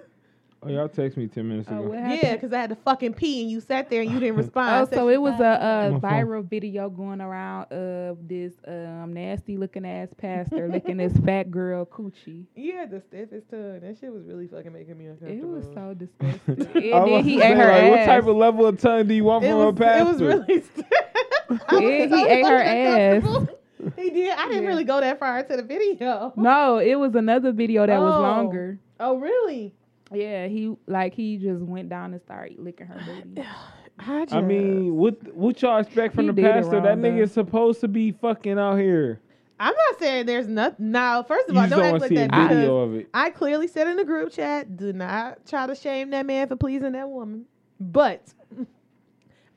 Oh, y'all text me ten minutes
Oh,
ago.
what happened?
Yeah, because I had to fucking pee and you sat there and you didn't
Oh,
respond.
so it was a, uh
My phone.
viral video going around of this um, nasty looking ass pastor licking this fat girl coochie.
you had the stiffest tongue. That shit was really fucking making me
It
uncomfortable.
was so disgusting. And
I
then
was
he
gonna
ate
say,
her
like, What
ass.
type of level of tongue do you want
it
from a
was, it
pastor?
was really stiff. I
Yeah, he
was so
ate her
fucking uncomfortable. He did. I didn't
Yeah.
really go that far into the video.
No, it was another video that was
Oh.
longer.
Oh, really?
Yeah, he like he just went down and started licking her booty.
I,
I mean, what what y'all expect from
He
the
did it
pastor? That
wrong,
nigga
though.
is supposed to be fucking out here.
I'm not saying there's nothing. Now, first of
You
all,
just
don't
don't
act
want to
like
see a
that because
video of it.
I clearly said in the group chat, do not try to shame that man for pleasing that woman. But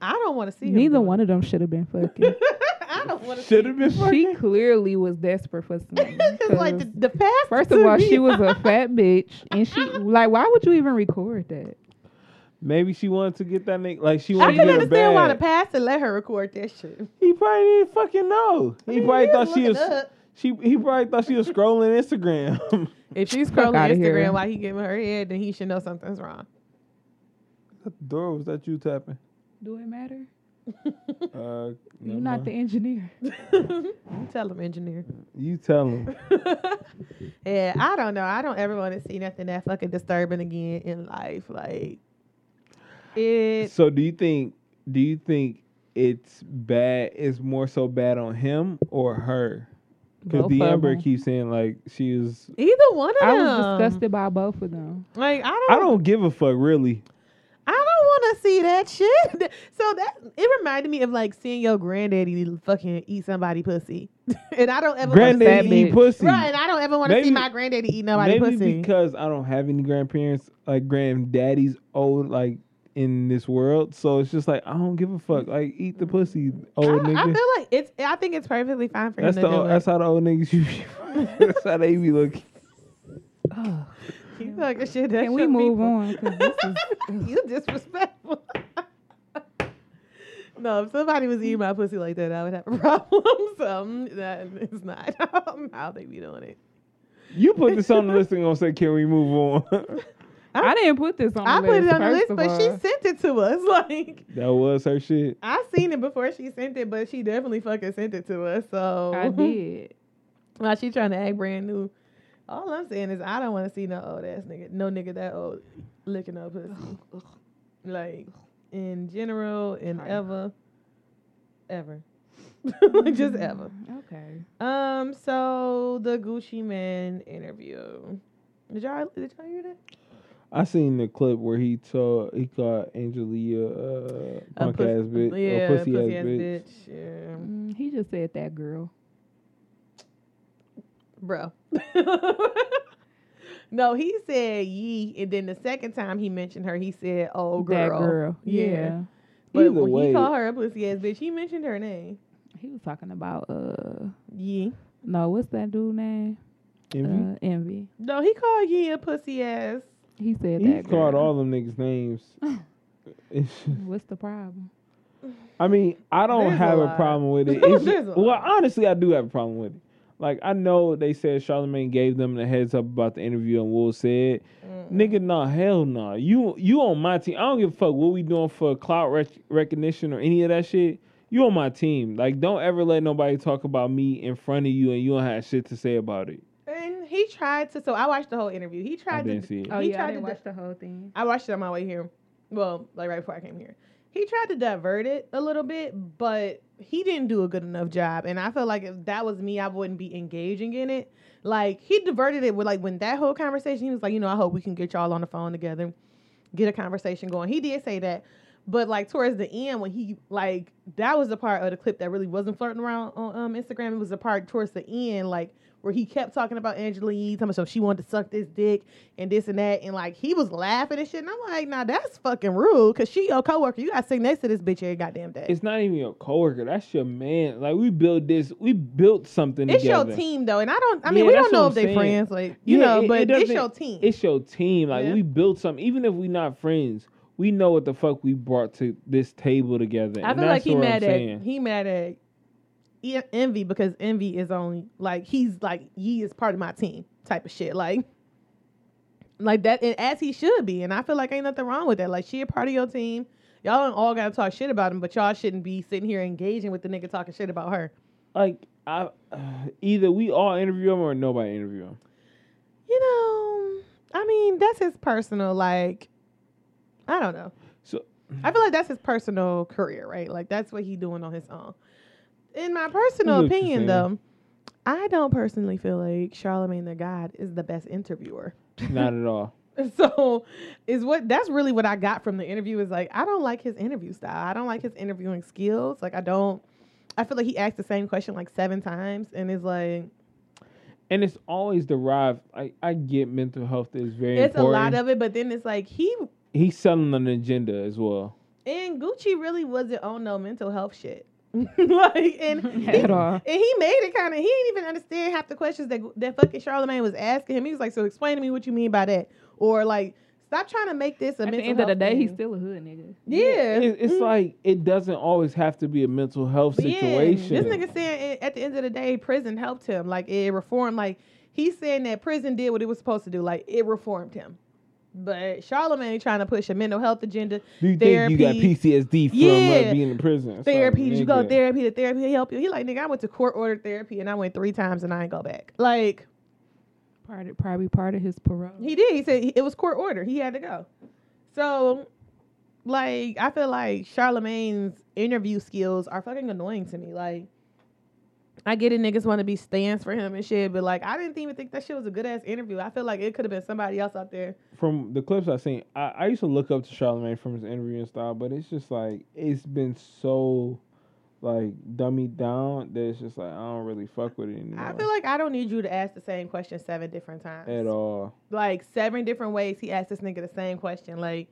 I don't want to see him
Neither
do it.
one of them should have been fucking.
I don't want to see.
Should have been
she
fucking.
clearly was desperate for something.
Because like
'cause
the, the past.
First of
to
all,
me-
she was a fat bitch, and she like, why would you even record that?
Maybe she wanted to get that nigga. Like she
I
wanted to
can
get a
understand why the
bag.
pastor let her record that shit.
He probably didn't fucking know. He
mean,
probably
he
thought
was
she was.
looking up.
She he probably thought she was scrolling Instagram.
If she's
Fuck
scrolling
outta
Instagram
here.
while he giving her head, then he should know something's wrong.
What Door was that you tapping?
Do it matter?
Uh,
You're not the engineer.
you tell them, engineer.
You tell him.
yeah, I don't know. I don't ever want to see nothing that fucking disturbing again in life. Like it.
So do you think? Do you think it's bad? It's more so bad on him or her? Because
Both
the
of
Amber
them.
keeps saying like she was.
Either one of
I
them.
was disgusted by both of them.
Like I don't.
I don't give a fuck really.
I don't want to see that shit. So that it reminded me of like seeing your granddaddy fucking eat somebody pussy, and I don't ever wanna
Granddaddy
see-
eat
bitch.
pussy.
Right, and I don't ever want to see
Maybe-
my granddaddy eat nobody
Maybe
pussy.
because I don't have any grandparents, like granddaddies, old like in this world. So it's just like I don't give a fuck. Like eat the pussy,
I,
old
don't- I
nigga.
feel like it's. I think it's perfectly fine for
That's
him to
the
do
old,
it.
that's how the old niggas. usually- that's how they be looking.
You fucking shit. That
Can we
shouldn't be
move
pu-
on? 'Cause this is-
you disrespectful. no, if somebody was eating my pussy like that, I would have a problem. So mm, that is not how they be doing it.
You put this on the list and gonna say, "Can we move on?"
I didn't put this on.
I
the
put
list,
it on the
first
list,
of
but she
all.
sent it to us. Like
that was her shit.
I seen it before she sent it, but she definitely fucking sent it to us. So
I did.
Why she trying to act brand new? All I'm saying is I don't want to see no old ass nigga, no nigga that old licking up pussy. like in general, and
Sorry.
ever, ever, like just ever.
Okay.
Um. So the Gucci Man interview. Did y'all did y'all hear that?
I seen the clip where he told he called Angelia uh,
A
punk
puss-
ass bitch,
Yeah,
a pussy, ass, bitch.
Yeah.
Mm, he just said that girl.
bro. no, he said ye, and then the second time he mentioned her, he said, "Oh, girl."
That girl.
Yeah.
Yeah.
But
Either
when
way-
he called her a pussy ass bitch, he mentioned her name.
He was talking about uh
Ye.
no, what's that dude name?
Envy.
Mm-hmm.
Uh, Envy.
No, he called ye a pussy ass.
He said
he
that
called
girl.
all them niggas names. It's-
What's the problem?
I mean, I don't
There's a
have a,
lot.
problem with it. It's
There's a
well,
lot.
honestly, I do have a problem with it. Like, I know they said Charlemagne gave them the heads up about the interview, and Will said, "Nigga, nah, hell nah. You you on my team. I don't give a fuck what we doing for clout rec- recognition or any of that shit. You on my team. Like, don't ever let nobody talk about me in front of you, and you don't have shit to say about it.
And he tried to. So I watched the whole interview. He
I
tried to.
didn't see it.
Oh, He yeah, I tried didn't to watch
the whole thing.
I watched it on my way here. Well, like right before I came here. He tried to divert it a little bit, but he didn't do a good enough job. And I feel like if that was me, I wouldn't be engaging in it. Like he diverted it with like when that whole conversation, he was like, you know, I hope we can get y'all on the phone together, get a conversation going. He did say that. But like towards the end when he like that was the part of the clip that really wasn't flirting around on um, Instagram. It was the part towards the end, like where he kept talking about Angela Yee, talking about so she wanted to suck this dick and this and that. And like he was laughing and shit. And I'm like, nah, that's fucking rude. Cause she your coworker. You gotta sit next to this bitch every goddamn day. It's,
It's not even your coworker. That's your man. Like, we built this. We built something
your
together.
team though. And I don't I mean
Yeah,
we
that's
don't know
what
if
I'm
they
saying.
friends, like you
Yeah,
know,
it- it
but it's
doesn't-
your team.
It's your team. Like
Yeah.
we built something. Even if we not friends, we know what the fuck we brought to this table together.
I
and
feel like
that's
he
what I'm
mad
saying.
at he mad at E- envy because envy is only like he's like he is part of my team type of shit like like that and as he should be and I feel like ain't nothing wrong with that like she a part of your team y'all ain't all gotta talk shit about him but y'all shouldn't be sitting here engaging with the nigga talking shit about her
Like I, either we all interview him or nobody interview him.
you know I mean that's his personal like I don't know
So
I feel like that's his personal career, right? Like that's what he doing on his own. In my
I
personal
get what you're
opinion,
saying.
though, I don't personally feel like Charlemagne the God is the best interviewer.
not at all.
So, is what that's really what I got from the interview is like I don't like his interview style. I don't like his interviewing skills. Like I don't. I feel like he asked the same question like seven times and it's like
And it's always derived. I I get mental health is very
it's a
important.
lot of it, but then it's like he
He's selling an agenda as well.
and Gucci really wasn't on no mental health shit. like and he
At all.
And he made it kind of. He didn't even understand half the questions that that fucking Charlemagne was asking him. He was like, "So explain to me what you mean by that," or like, "Stop trying to make this a
At the
mental
end of the
health
day, he's
thing."
still a hood nigga.
yeah.
It, it's
Mm.
like it doesn't always have to be a mental health
But yeah,
situation.
this nigga saying it, at the end of the day, prison helped him. Like it reformed. Like he's saying that prison did what it was supposed to do. Like it reformed him. But Charlamagne trying to push a mental health agenda.
Do you
Therapy.
think you got PTSD from
Yeah.
uh, being in prison? It's like,
Therapy, did you go
nigga,
to therapy? Did therapy help you? He like, nigga, I went to court ordered therapy and I went three times and I ain't go back. Like
Part of, probably part of his parole.
he did. He said he- it was court order. He had to go. So, like, I feel like Charlemagne's interview skills are fucking annoying to me. Like, I get it, niggas want to be stands for him and shit, but like, I didn't even think that shit was a good ass interview. I feel like it could have been somebody else out there.
From the clips I've seen, I, I used to look up to Charlemagne from his interviewing style, but it's just like it's been so like dummy down that it's just like I don't really fuck with it anymore
I feel like I don't need you to ask the same question seven different times.
at all.
like seven different ways he asked this nigga the same question. Like,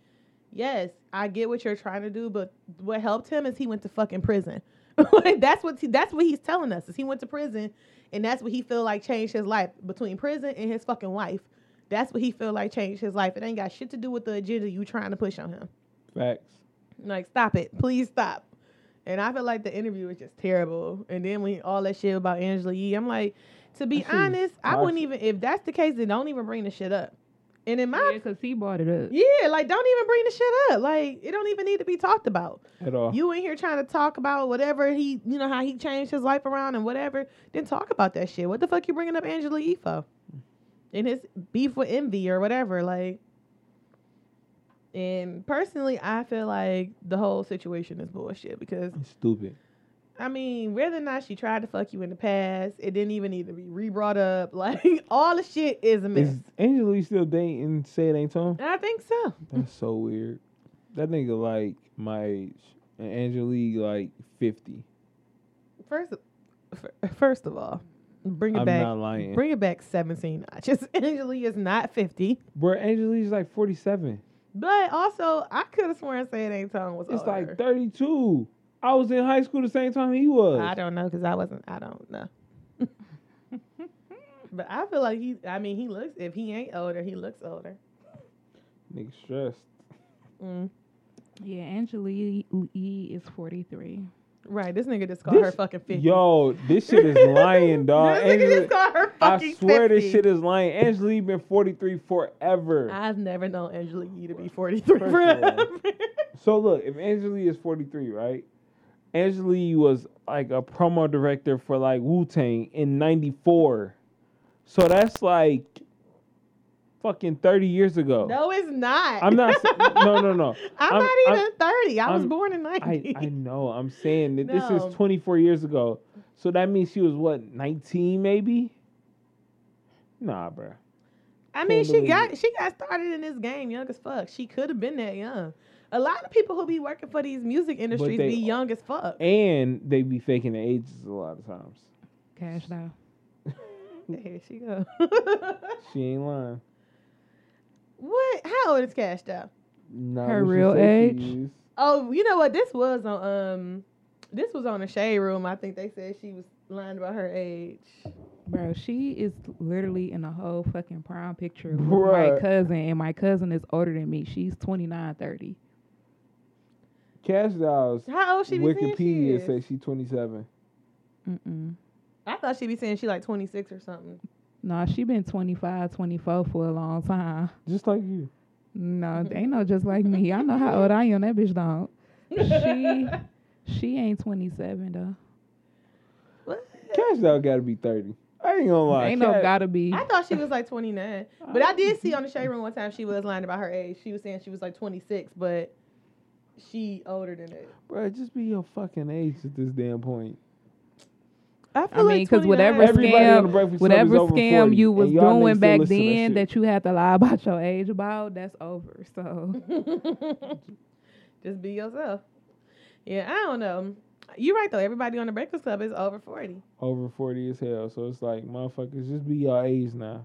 yes, I get what you're trying to do, but what helped him is he went to fucking prison. like that's what he, that's what he's telling us is he went to prison, and that's what he feel like changed his life between prison and his fucking wife. That's what he feel like changed his life. It ain't got shit to do with the agenda you trying to push on him.
Facts.
Like, stop it, please stop. And I feel like the interview was just terrible. And then when all that shit about Angela Yee, I'm like, to be
That shit was
honest, I wouldn't
toxic.
even if that's the case, then don't even bring the shit up. And in my
Yeah, because he brought it up.
yeah, like don't even bring the shit up. Like it don't even need to be talked about.
At all.
You in here trying to talk about whatever he, you know, how he changed his life around and whatever. Then talk about that shit. What the fuck you bringing up Angela Yee for? And his beef with envy or whatever, like. And personally, I feel like the whole situation is bullshit because
It's stupid.
I mean, whether or not she tried to fuck you in the past, it didn't even need to be re brought up. Like all the shit is a mess.
Is Angela Lee still dating Say It Ain't Tom?
I think so.
That's so weird. That nigga like my age, and Angela Lee like fifty.
First, f- first of all, bring it
I'm
back.
not lying.
Bring it back seventeen notches. Angela Yee is not fifty,
Bro, Angela Lee's like forty seven.
but also I could have sworn saying ain't tongue was
It's
older.
like 32. I was in high school the same time he was.
I don't know because I wasn't. I don't know. but I feel like he. I mean, he looks. If he ain't older, he looks older.
Nigga stressed.
Mm.
Yeah, Angela Yee Yee is 43.
Right. This nigga just called her
This-
fucking fifty.
Yo, this shit is lying, dog.
this nigga just
Angela,
called her fucking
I swear
50.
this shit is lying. Angela Lee been 43 forever.
I've never known Angela Yee to be forty three.
First of all, so look, if Angela Lee is 43, right? Angela Lee was like a promo director for like Wu Tang in 94. So that's like fucking 30 years ago.
no, it's not.
I'm not. s- No, no, no.
I'm,
I'm-
not
I'm-
even 30. I was
I'm-
born in
I,
90.
I know. I'm saying that this
No.
is 24 years ago. So that means she was what 19 maybe? Nah, bro.
I, mean,
can't
she
believe
got she got started in this game young as fuck. She could have been that young. A lot of people who be working for these music industries
they-
be young as fuck.
And they be faking the ages a lot of times.
Cash out.
Here she go.
She ain't lying.
what? How old is Cash though?
Not
Her
what she
real
say she
age?
is.
Oh, you know what? This was on um, this was on the shade room. I think they said she was lying about her age.
Bro, she is literally in a whole fucking prom picture with
Bruh.
my cousin, and my cousin is older than me. She's 29, 30.
Cash Dolls.
How old she be saying she
Wikipedia
is?
says she 27.
Mm-mm.
I thought she be saying she like 26 or something.
Nah, she been 25, 24 for a long time.
Just like you.
No, they know just like me. I know how old I am. That bitch don't. She, she ain't 27, though.
What?
Cash Doll gotta be 30. I ain't gonna lie.
ain't
Cash-
no gotta be.
I thought she was like 29, but I did see on the shade room one time she was lying about her age. She was saying she was like 26, but she older than that.
Bruh, just be your fucking age at this damn point.
I
I mean, because whatever
Everybody on the
scam,
Breakfast Club
whatever
is over
scam
40,
you was
and y'all niggas
doing
still
back
listen to that
then
shit.
that you had to lie about your age about, that's over. So
just be yourself. Yeah, I don't know. You're right though. Everybody on the Breakfast Club is over 40.
over 40 as hell. So it's like, motherfuckers, just be your age now.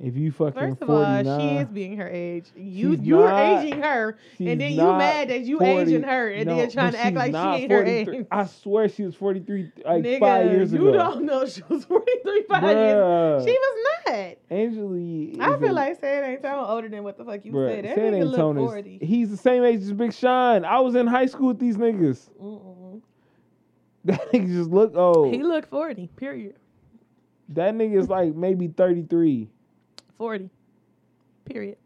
If you fucking
First of
49,
all, she is being her age. You
She's
you're
not.
aging her,
she's
and then you
not
mad that you
40.
aging her, and
No,
then trying
but
to act
she's
like
not
she ain't her
43.
age.
I swear she was 43 like
Nigga,
five years
you
ago.
don't know she was 43 five years.
Bruh,
She was not.
Angela Yee
I
is a-
feel like Sad Ain't Tone older than what the fuck you
bruh,
said. That
San
nigga look
Antonio's-
40.
He's the same age as Big Sean. I was in high school with these niggas.
Mm-mm.
That nigga just look old.
He look 40, period.
that nigga is like maybe 33.
40, period.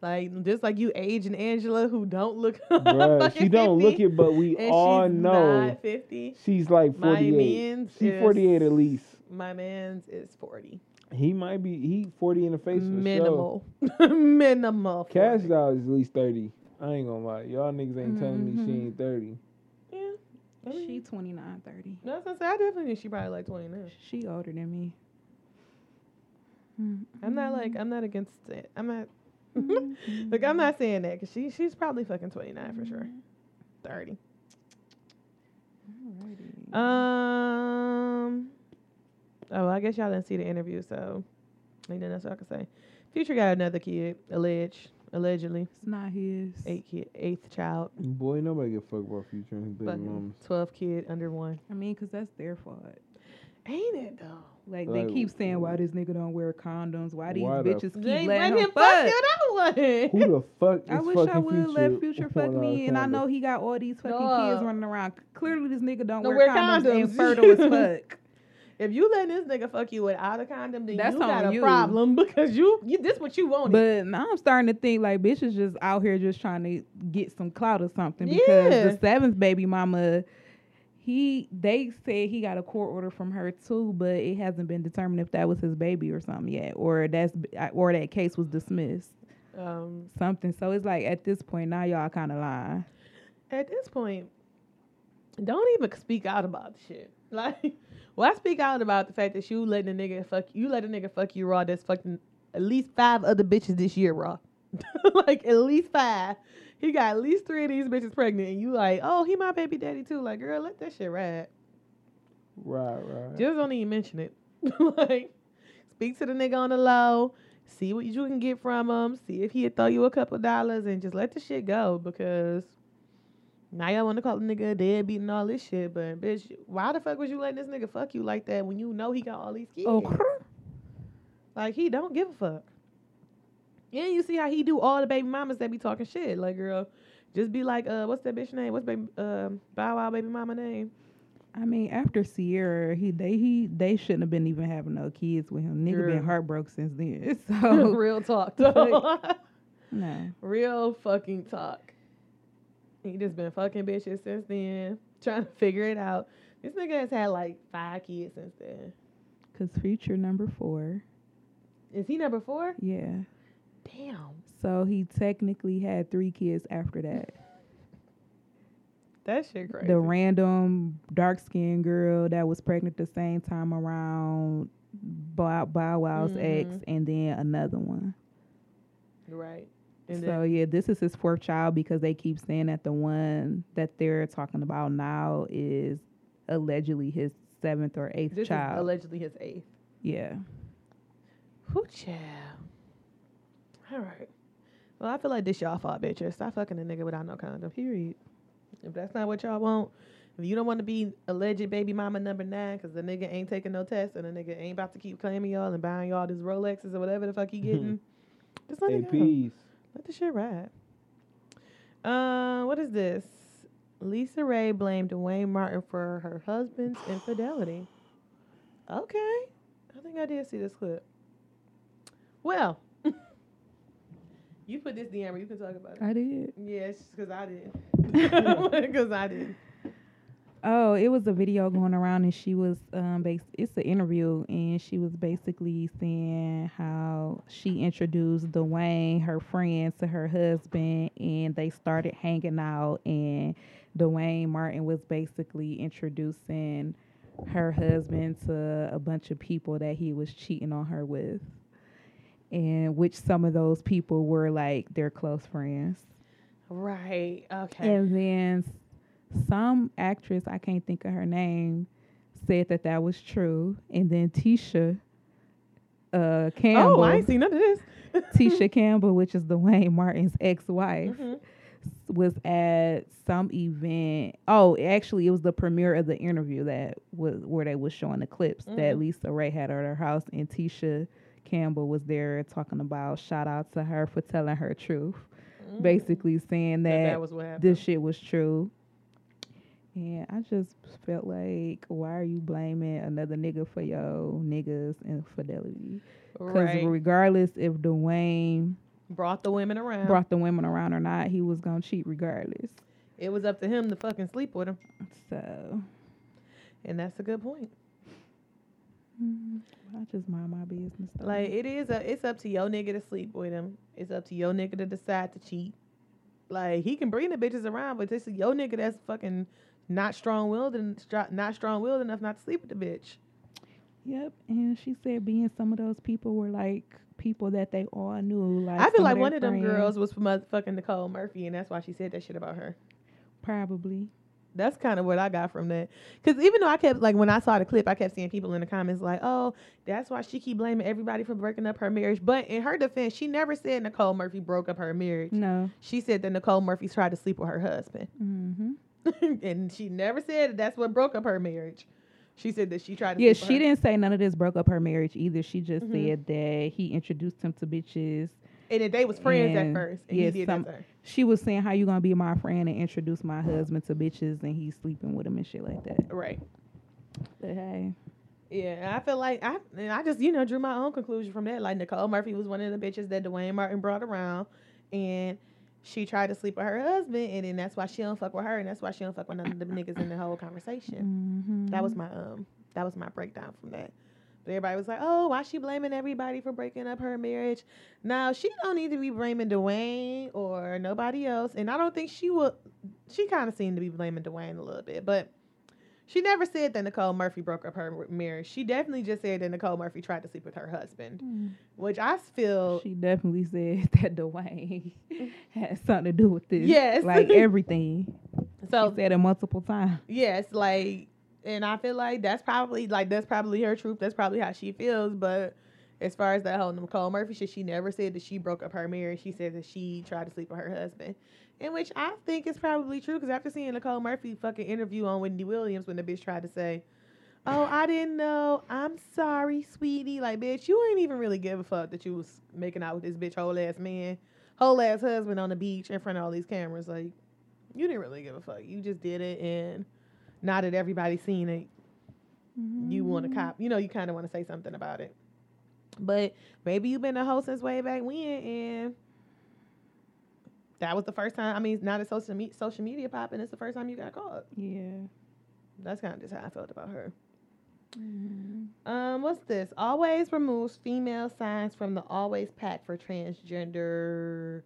Like just like you age and Angela who don't look
Bruh,
fucking
she don't look
50,
it, but we
and
all
she's
know
not 50.
she's like
My
forty eight.
man's
She's
is-
forty eight at least.
My man's is 40.
He might be he forty in the face. for sure.
Minimal. Minimal.
Cash
40.
Doll is at least thirty. I ain't gonna lie. Y'all niggas ain't telling me she
Mm-hmm.
ain't thirty.
Yeah. I mean,
She 29, 30.
no, I was gonna say, I definitely think she probably like 20 now.
She older than me.
I'm not like I'm not against it. I'm not. Look, I'm not saying that because she she's probably fucking 29 for sure, 30.
Alrighty.
Um. Oh, I guess y'all didn't see the interview, so I think that's what I can say. Future got another kid, alleged, allegedly
It's not his.
eight kid, eighth child,
Boy, nobody give a fuck about future and his baby
fucking
mamas.
12 kid under one.
I mean, because that's their fault.
Ain't it though?
Like,
Like,
they keep saying why this nigga don't wear condoms, why these
why the
bitches keep
They let
letting
him
him
fuck
fuck.
that
Who the fuck is
I wish
fucking
I would
future
let Future fuck
without a
me, and I
condom?
know he got all these fucking
Dog.
kids running around. Clearly, this nigga don't,
Don't
wear,
wear
condoms,
condoms.
and fertile as fuck.
If you letting this nigga fuck you without a condom, then
That's
you
on
got a
you.
problem because you, you this what you wanted.
But now I'm starting to think like bitches just out here just trying to get some clout or something because
Yeah.
the seventh baby mama, he they said he got a court order from her too, but it hasn't been determined if that was his baby or something yet, or that's uh, or that case was dismissed,
um,
something. So it's like at this point now y'all kind of lying.
at this point, don't even speak out about the shit. Like, why speak out about the fact that you letting a nigga fuck you let a nigga fuck you raw that's fucking at least five other bitches this year raw. like at least five. He got at least three of these bitches pregnant and you like, oh he my baby daddy too. Like, girl, let that shit ride.
Right, right.
Just don't even mention it. like, speak to the nigga on the low. See what you can get from him. See if he'll throw you a couple dollars and just let the shit go because now y'all want to call the nigga a deadbeat and all this shit. But bitch, why the fuck was you letting this nigga fuck you like that when you know he got all these kids?
Oh,
Like he don't give a fuck. And you see how he do all the baby mamas that be talking shit. Like girl, just be like, uh, what's that bitch name? What's baby um Bow Wow baby mama name?
I mean after Sierra, he they he they shouldn't have been even having no kids with him. Nigga
Girl.
been heartbroken since then. So
Real talk.
no.
Real fucking talk. He just been fucking bitches since then, trying to figure it out. This nigga has had like five kids since then.
Cause future number four.
Is he number four?
Yeah.
Damn.
So he technically had three kids after that.
That shit crazy.
The random dark skinned girl that was pregnant the same time around Bow, Bow Wow's
Mm-hmm.
ex, and then another one.
right. And
so,
then,
yeah, this is his fourth child because they keep saying that the one that they're talking about now is allegedly his seventh or eighth
this is
child.
allegedly his eighth.
yeah.
Whoo, child. All right. Well, I feel like this y'all fault, bitches. Stop fucking a nigga without no condom. Period. If that's not what y'all want, if you don't want to be alleged baby mama number nine because the nigga ain't taking no test and the nigga ain't about to keep claiming y'all and buying y'all these Rolexes or whatever the fuck he getting, just let it go.
APs.
Let the shit ride. Uh, what is this? Lisa Ray blamed Wayne Martin for her husband's infidelity. Okay. I think I did see this clip. Well, you put this DM, you can talk about it.
I did.
Yeah, it's because I did. Because I did.
Oh, it was a video going around, and she was um, bas- It's an interview, and she was basically saying how she introduced Dwayne, her friend, to her husband, and they started hanging out. And Dwayne Martin was basically introducing her husband to a bunch of people that he was cheating on her with, and which some of those people were like their close friends.
Right. Okay.
And then s- some actress, I can't think of her name, said that that was true. And then Tisha uh, Campbell,
oh, I ain't seen none of this.
Tisha Campbell, which is Dwayne Martin's ex-wife,
Mm-hmm.
s- was at some event. Oh, actually, it was the premiere of the interview that was where they was showing the clips
Mm-hmm.
that Lisa Ray had at her house, and Tisha Campbell was there talking about shout out to her for telling her truth, basically saying
Mm. That,
that,
that was what happened.
this shit was true. And I just felt like, why are you blaming another nigga for your niggas infidelity? Because
Right.
regardless if Dwayne
brought the women around.
brought the women around or not, he was gonna cheat regardless.
It was up to him to fucking sleep with him,
So
and that's a good point.
mm, I just mind my business. Though.
Like it is a, it's up to your nigga to sleep with him. It's up to your nigga to decide to cheat. Like he can bring the bitches around, but this is your nigga that's fucking not strong willed and str- not strong willed enough not to sleep with the bitch.
yep. And she said being some of those people were like people that they all knew. Like
I feel
some
like
their
one of them
friends,
girls was motherfucking Nicole Murphy, and that's why she said that shit about her.
probably.
That's kind of what I got from that. Because even though I kept like when I saw the clip, I kept seeing people in the comments like, "Oh, that's why she keep blaming everybody for breaking up her marriage." But in her defense, she never said Nicole Murphy broke up her marriage.
No.
She said that Nicole Murphy tried to sleep with her husband,
Mm-hmm.
and she never said that that's what broke up her marriage. She said that she tried to.
Yeah,
sleep with
she
her-
didn't say none of this broke up her marriage either. She just
Mhm.
said that he introduced him to bitches.
and that they was friends at
and-
first, and
yeah,
he did
some-
that to her.
She was saying how you gonna be my friend and introduce my husband to bitches and he's sleeping with him and shit like that.
right.
But hey,
Yeah, and I feel like I and I just you know drew my own conclusion from that. Like Nicole Murphy was one of the bitches that Dwayne Martin brought around, and she tried to sleep with her husband, and then that's why she don't fuck with her, and that's why she don't fuck with none of the niggas in the whole conversation.
mm-hmm.
That was my um, that was my breakdown from that. But everybody was like, "Oh, why she blaming everybody for breaking up her marriage?" Now she don't need to be blaming Dwayne or nobody else, and I don't think she will. She kind of seemed to be blaming Dwayne a little bit, but she never said that Nicole Murphy broke up her marriage. She definitely just said that Nicole Murphy tried to sleep with her husband, which I feel
Mm. She definitely said that Dwayne had something to do with this.
Yes.
like everything.
so.
she said it multiple times.
Yes, like, and I feel like that's probably like that's probably her truth. That's probably how she feels. But as far as that whole Nicole Murphy shit, she never said that she broke up her marriage. She said that she tried to sleep with her husband, and which I think is probably true. Because after seeing Nicole Murphy fucking interview on Wendy Williams when the bitch tried to say. Oh, I didn't know. I'm sorry, sweetie. Like, bitch, you ain't even really give a fuck that you was making out with this bitch whole ass man, whole ass husband on the beach in front of all these cameras. Like, you didn't really give a fuck. You just did it, and now that everybody's seen it, you want to cop. You know, you kind of want to say something about it. But maybe you've been a hoe since way back when, and that was the first time. I mean, now that social me- social media popping, it's the first time you got caught.
Yeah.
That's kind of just how I felt about her. Um, what's this? Always removes female signs from the always pack for transgender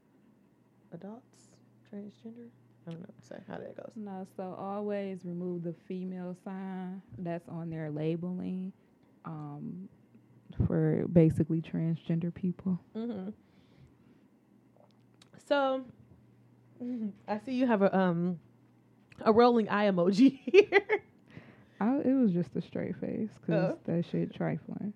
adults. Transgender. I don't know. Say how that goes.
No, so always remove the female sign that's on their labeling. Um for basically transgender people.
Mm-hmm. So, I see you have a um a rolling eye emoji here.
I, it was just a straight face because
Oh.
that shit trifling.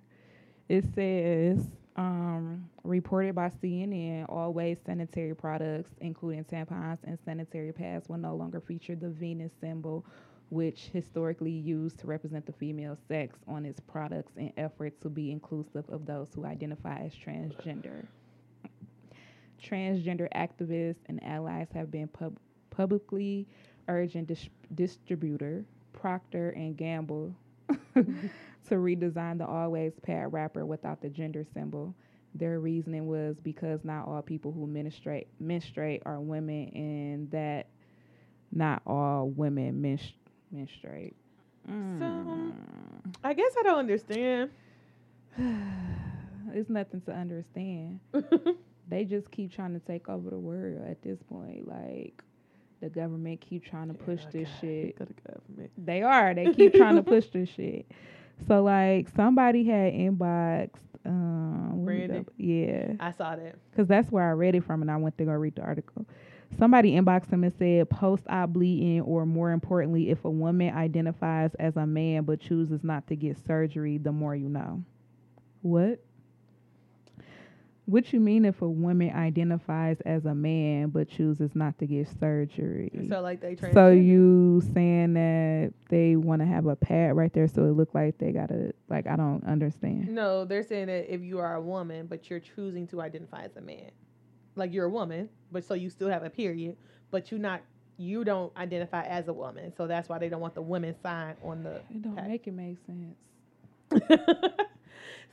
It says, um, reported by CNN, all waste sanitary products, including tampons and sanitary pads, will no longer feature the Venus symbol, which historically used to represent the female sex on its products in effort to be inclusive of those who identify as transgender. Transgender activists and allies have been pub- publicly urging dis- distributor Procter and Gamble to redesign the always pad wrapper without the gender symbol. Their reasoning was because not all people who menstruate menstruate are women, and that not all women menstru- menstruate. Mm.
I guess I don't understand.
it's nothing to understand. they just keep trying to take over the world at this point. Like the government keep trying to push this shit. They are. They keep trying to push this shit. So like somebody had inboxed um let me
Brandy?
double- yeah.
I saw that.
Cause that's where I read it from and I went to go read the article. Somebody inboxed him and said post op bleeding or more importantly, if a woman identifies as a man but chooses not to get surgery, the more you know. What? What you mean if a woman identifies as a man but chooses not to get surgery?
So like they trans.
So you saying that they want to have a pad right there, so it look like they gotta like I don't understand.
No, they're saying that if you are a woman, but you're choosing to identify as a man, like you're a woman, but so you still have a period, but you not you don't identify as a woman, so that's why they don't want the women sign on the.
It don't
pack.
make it make sense.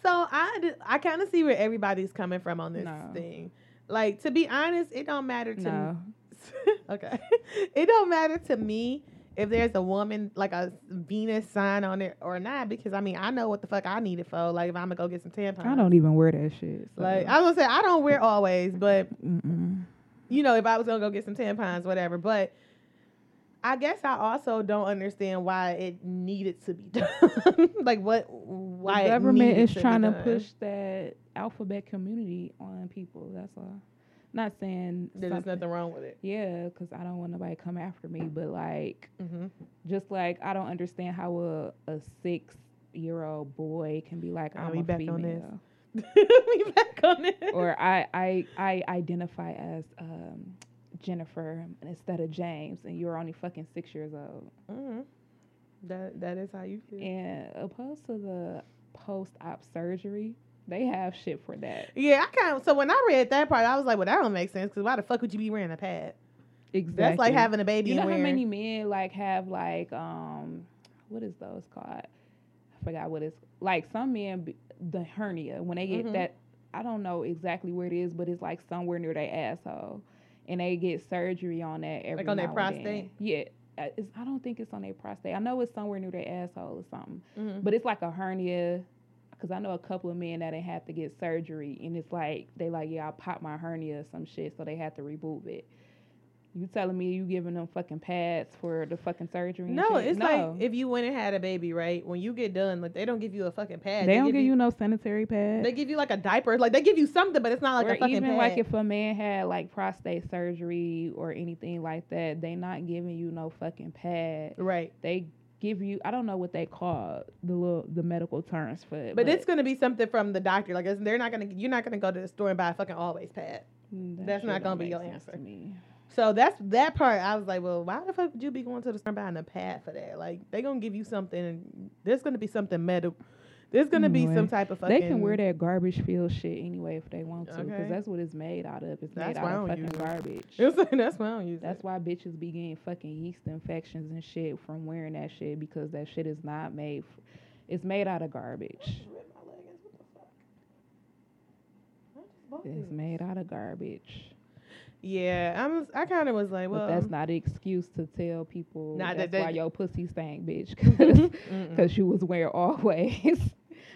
so I, d- I kind of see where everybody's coming from on this
No.
thing. Like to be honest, it don't matter to me.
No.
okay. It don't matter to me if there's a woman like a Venus sign on it or not because I mean I know what the fuck I need it for. Like if I'm gonna go get some tampons.
I don't even wear that shit. So.
Like I was gonna say I don't wear always, but
Mm-mm.
you know if I was gonna go get some tampons, whatever. But I guess I also don't understand why it needed to be done. like what? Why
the
it
government
needed
is
be
trying to
done.
push that alphabet community on people. That's all. Not saying
That There's
something-
nothing wrong with it.
Yeah, because I don't want nobody to come after me. But like,
Mm-hmm.
just like I don't understand how a, a six year old boy can be like,
I'll
I'm
be
a
back
female,
on this. be back on it.
or I I I identify as um, Jennifer instead of James, and you're only fucking six years old.
Mhm. That that is how you feel.
And opposed to the post op surgery, they have shit for that.
Yeah, I kind of. So when I read that part, I was like, "Well, that don't make sense because why the fuck would you be wearing a pad?
Exactly.
That's like having a baby
you know
and
how
wearing."
many men like have like um what is those called i forgot what it's like some men be- the hernia when they get
Mhm.
that i don't know exactly where it is but it's like somewhere near their asshole and they get surgery on that every
on their
now and then.
prostate?
yeah Uh, it's, i don't think it's on their prostate i know it's somewhere near their asshole or something
Mhm.
but it's like a hernia because i know a couple of men that didn't have to get surgery and it's like they like yeah i popped my hernia or some shit so they had to reboot it you telling me you giving them fucking pads for the fucking surgery? and
No,
shit?
it's
no.
like if you went and had a baby, right? When you get done, like they don't give you a fucking pad.
they don't give you no sanitary pads.
They give you like a diaper. Like they give you something, but it's not like
or
a fucking
even
pad.
like if a man had like prostate surgery or anything like that, they not giving you no fucking pad.
right.
They give you I don't know what they call the little the medical terms for it.
But, it's gonna be something from the doctor. Like it's, they're not gonna. You're not gonna go to the store and buy a fucking always pad.
that
that's
shit don't
not gonna be
make
your
sense to
answer.
me.
So that's that part. I was like, well, why the fuck would you be going to the store and buying a pad for that? Like they gonna give you something. and There's gonna be something medical. There's gonna be some
Anyway,
type of fucking.
They can wear that garbage field shit anyway if they want to, because
Okay.
that's what it's made out of. It's
That's
made
why I
out of
don't
fucking
use it.
garbage.
that's why I don't use
That's why bitches be getting fucking yeast infections and shit from wearing that shit because that shit is not made. F- it's made out of garbage. It's made out of garbage.
Yeah, I'm. I kind of was like,
but
well,
that's not an excuse to tell people
Nah, that-
that's
that-
why your pussy stank, bitch, because you was wearing always.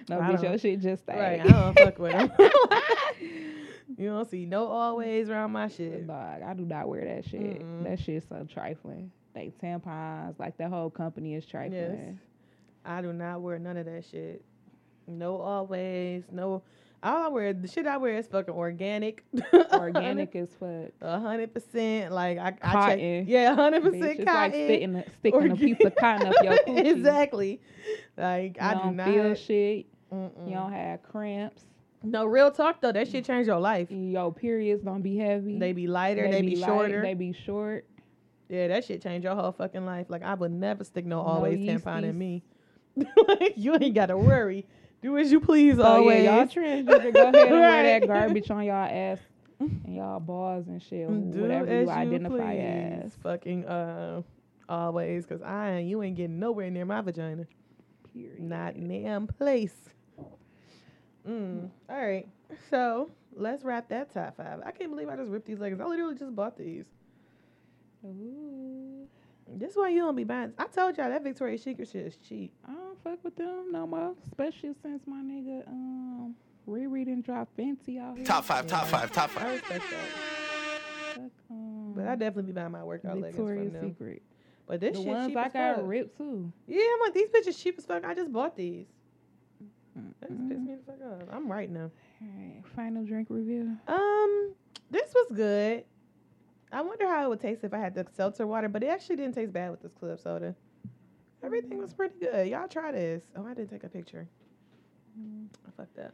no,
I
bitch,
don't-
your shit just
right.
stank.
I don't fuck with him. you don't see no always around my shit.
Dog, I do not wear that shit.
Mm-mm.
That shit's so trifling. Like tampons, like the whole company is trifling.
I do not wear none of that shit. No always. No. All I wear, the shit I wear is fucking organic.
Organic as fuck.
A hundred percent. Like I, I check.
Cotton.
Yeah, a hundred
Bitch, it's
percent
like
cotton.
sticking, a, sticking a piece of cotton up your coochie.
exactly. Like
You
I do
don't
not. Mm.
feel shit.
Mm-mm.
You don't have cramps.
No real talk though. That shit changed your life.
Your periods don't be heavy.
They be lighter. They, be,
light,
shorter.
Mm-hmm. They be short.
Yeah, that shit changed your whole fucking life. Like I would never stick no
No
always
yeasties.
tampon in me. Like, you ain't gotta worry. Do as you please
So
always.
Oh, yeah, y'all transgender, go ahead and wear
Oh, Right.
that garbage on y'all ass and y'all balls and shit,
Do
whatever
as
you identify
please.
as.
Fucking uh, always, cause I ain't- you ain't getting nowhere near my vagina.
Period.
Not damn place. Mm. All right, so let's wrap that top five. I can't believe I just ripped these leggings. I literally just bought these.
Ooh,
This why you don't be buying. I told y'all that Victoria's Secret shit is cheap.
I don't fuck with them no more, especially since my nigga um Riri didn't drop Fenty out here.
Top five, top five, top
I
five.
respect that,
Fuck, um,
but I definitely be buying my workout
Victoria's
leggings from them.
Secret.
But this
The
shit
ones
cheap
I
as
got
fuck.
ripped too.
Yeah, I'm like these bitches cheap as fuck. I just bought these. That just pissed me the fuck off. I'm right now.
Alright, final drink review.
Um, this was good. I wonder how it would taste if I had the seltzer water, but it actually didn't taste bad with this club soda. Everything was pretty good. Y'all try this. Oh, I didn't take a picture. I fucked up.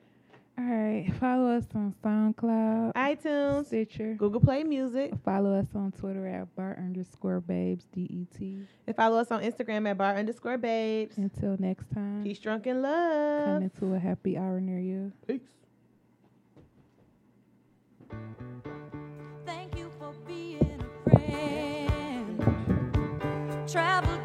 Alright, follow us on SoundCloud,
iTunes,
Stitcher.
Google Play Music.
Follow us on Twitter at bar underscore babes D E T.
And follow us on Instagram at bar underscore babes.
Until next time,
Peace, drunk, and love.
Mm-hmm. come into a happy hour near you.
Peace.
Thank you for being a friend. Travel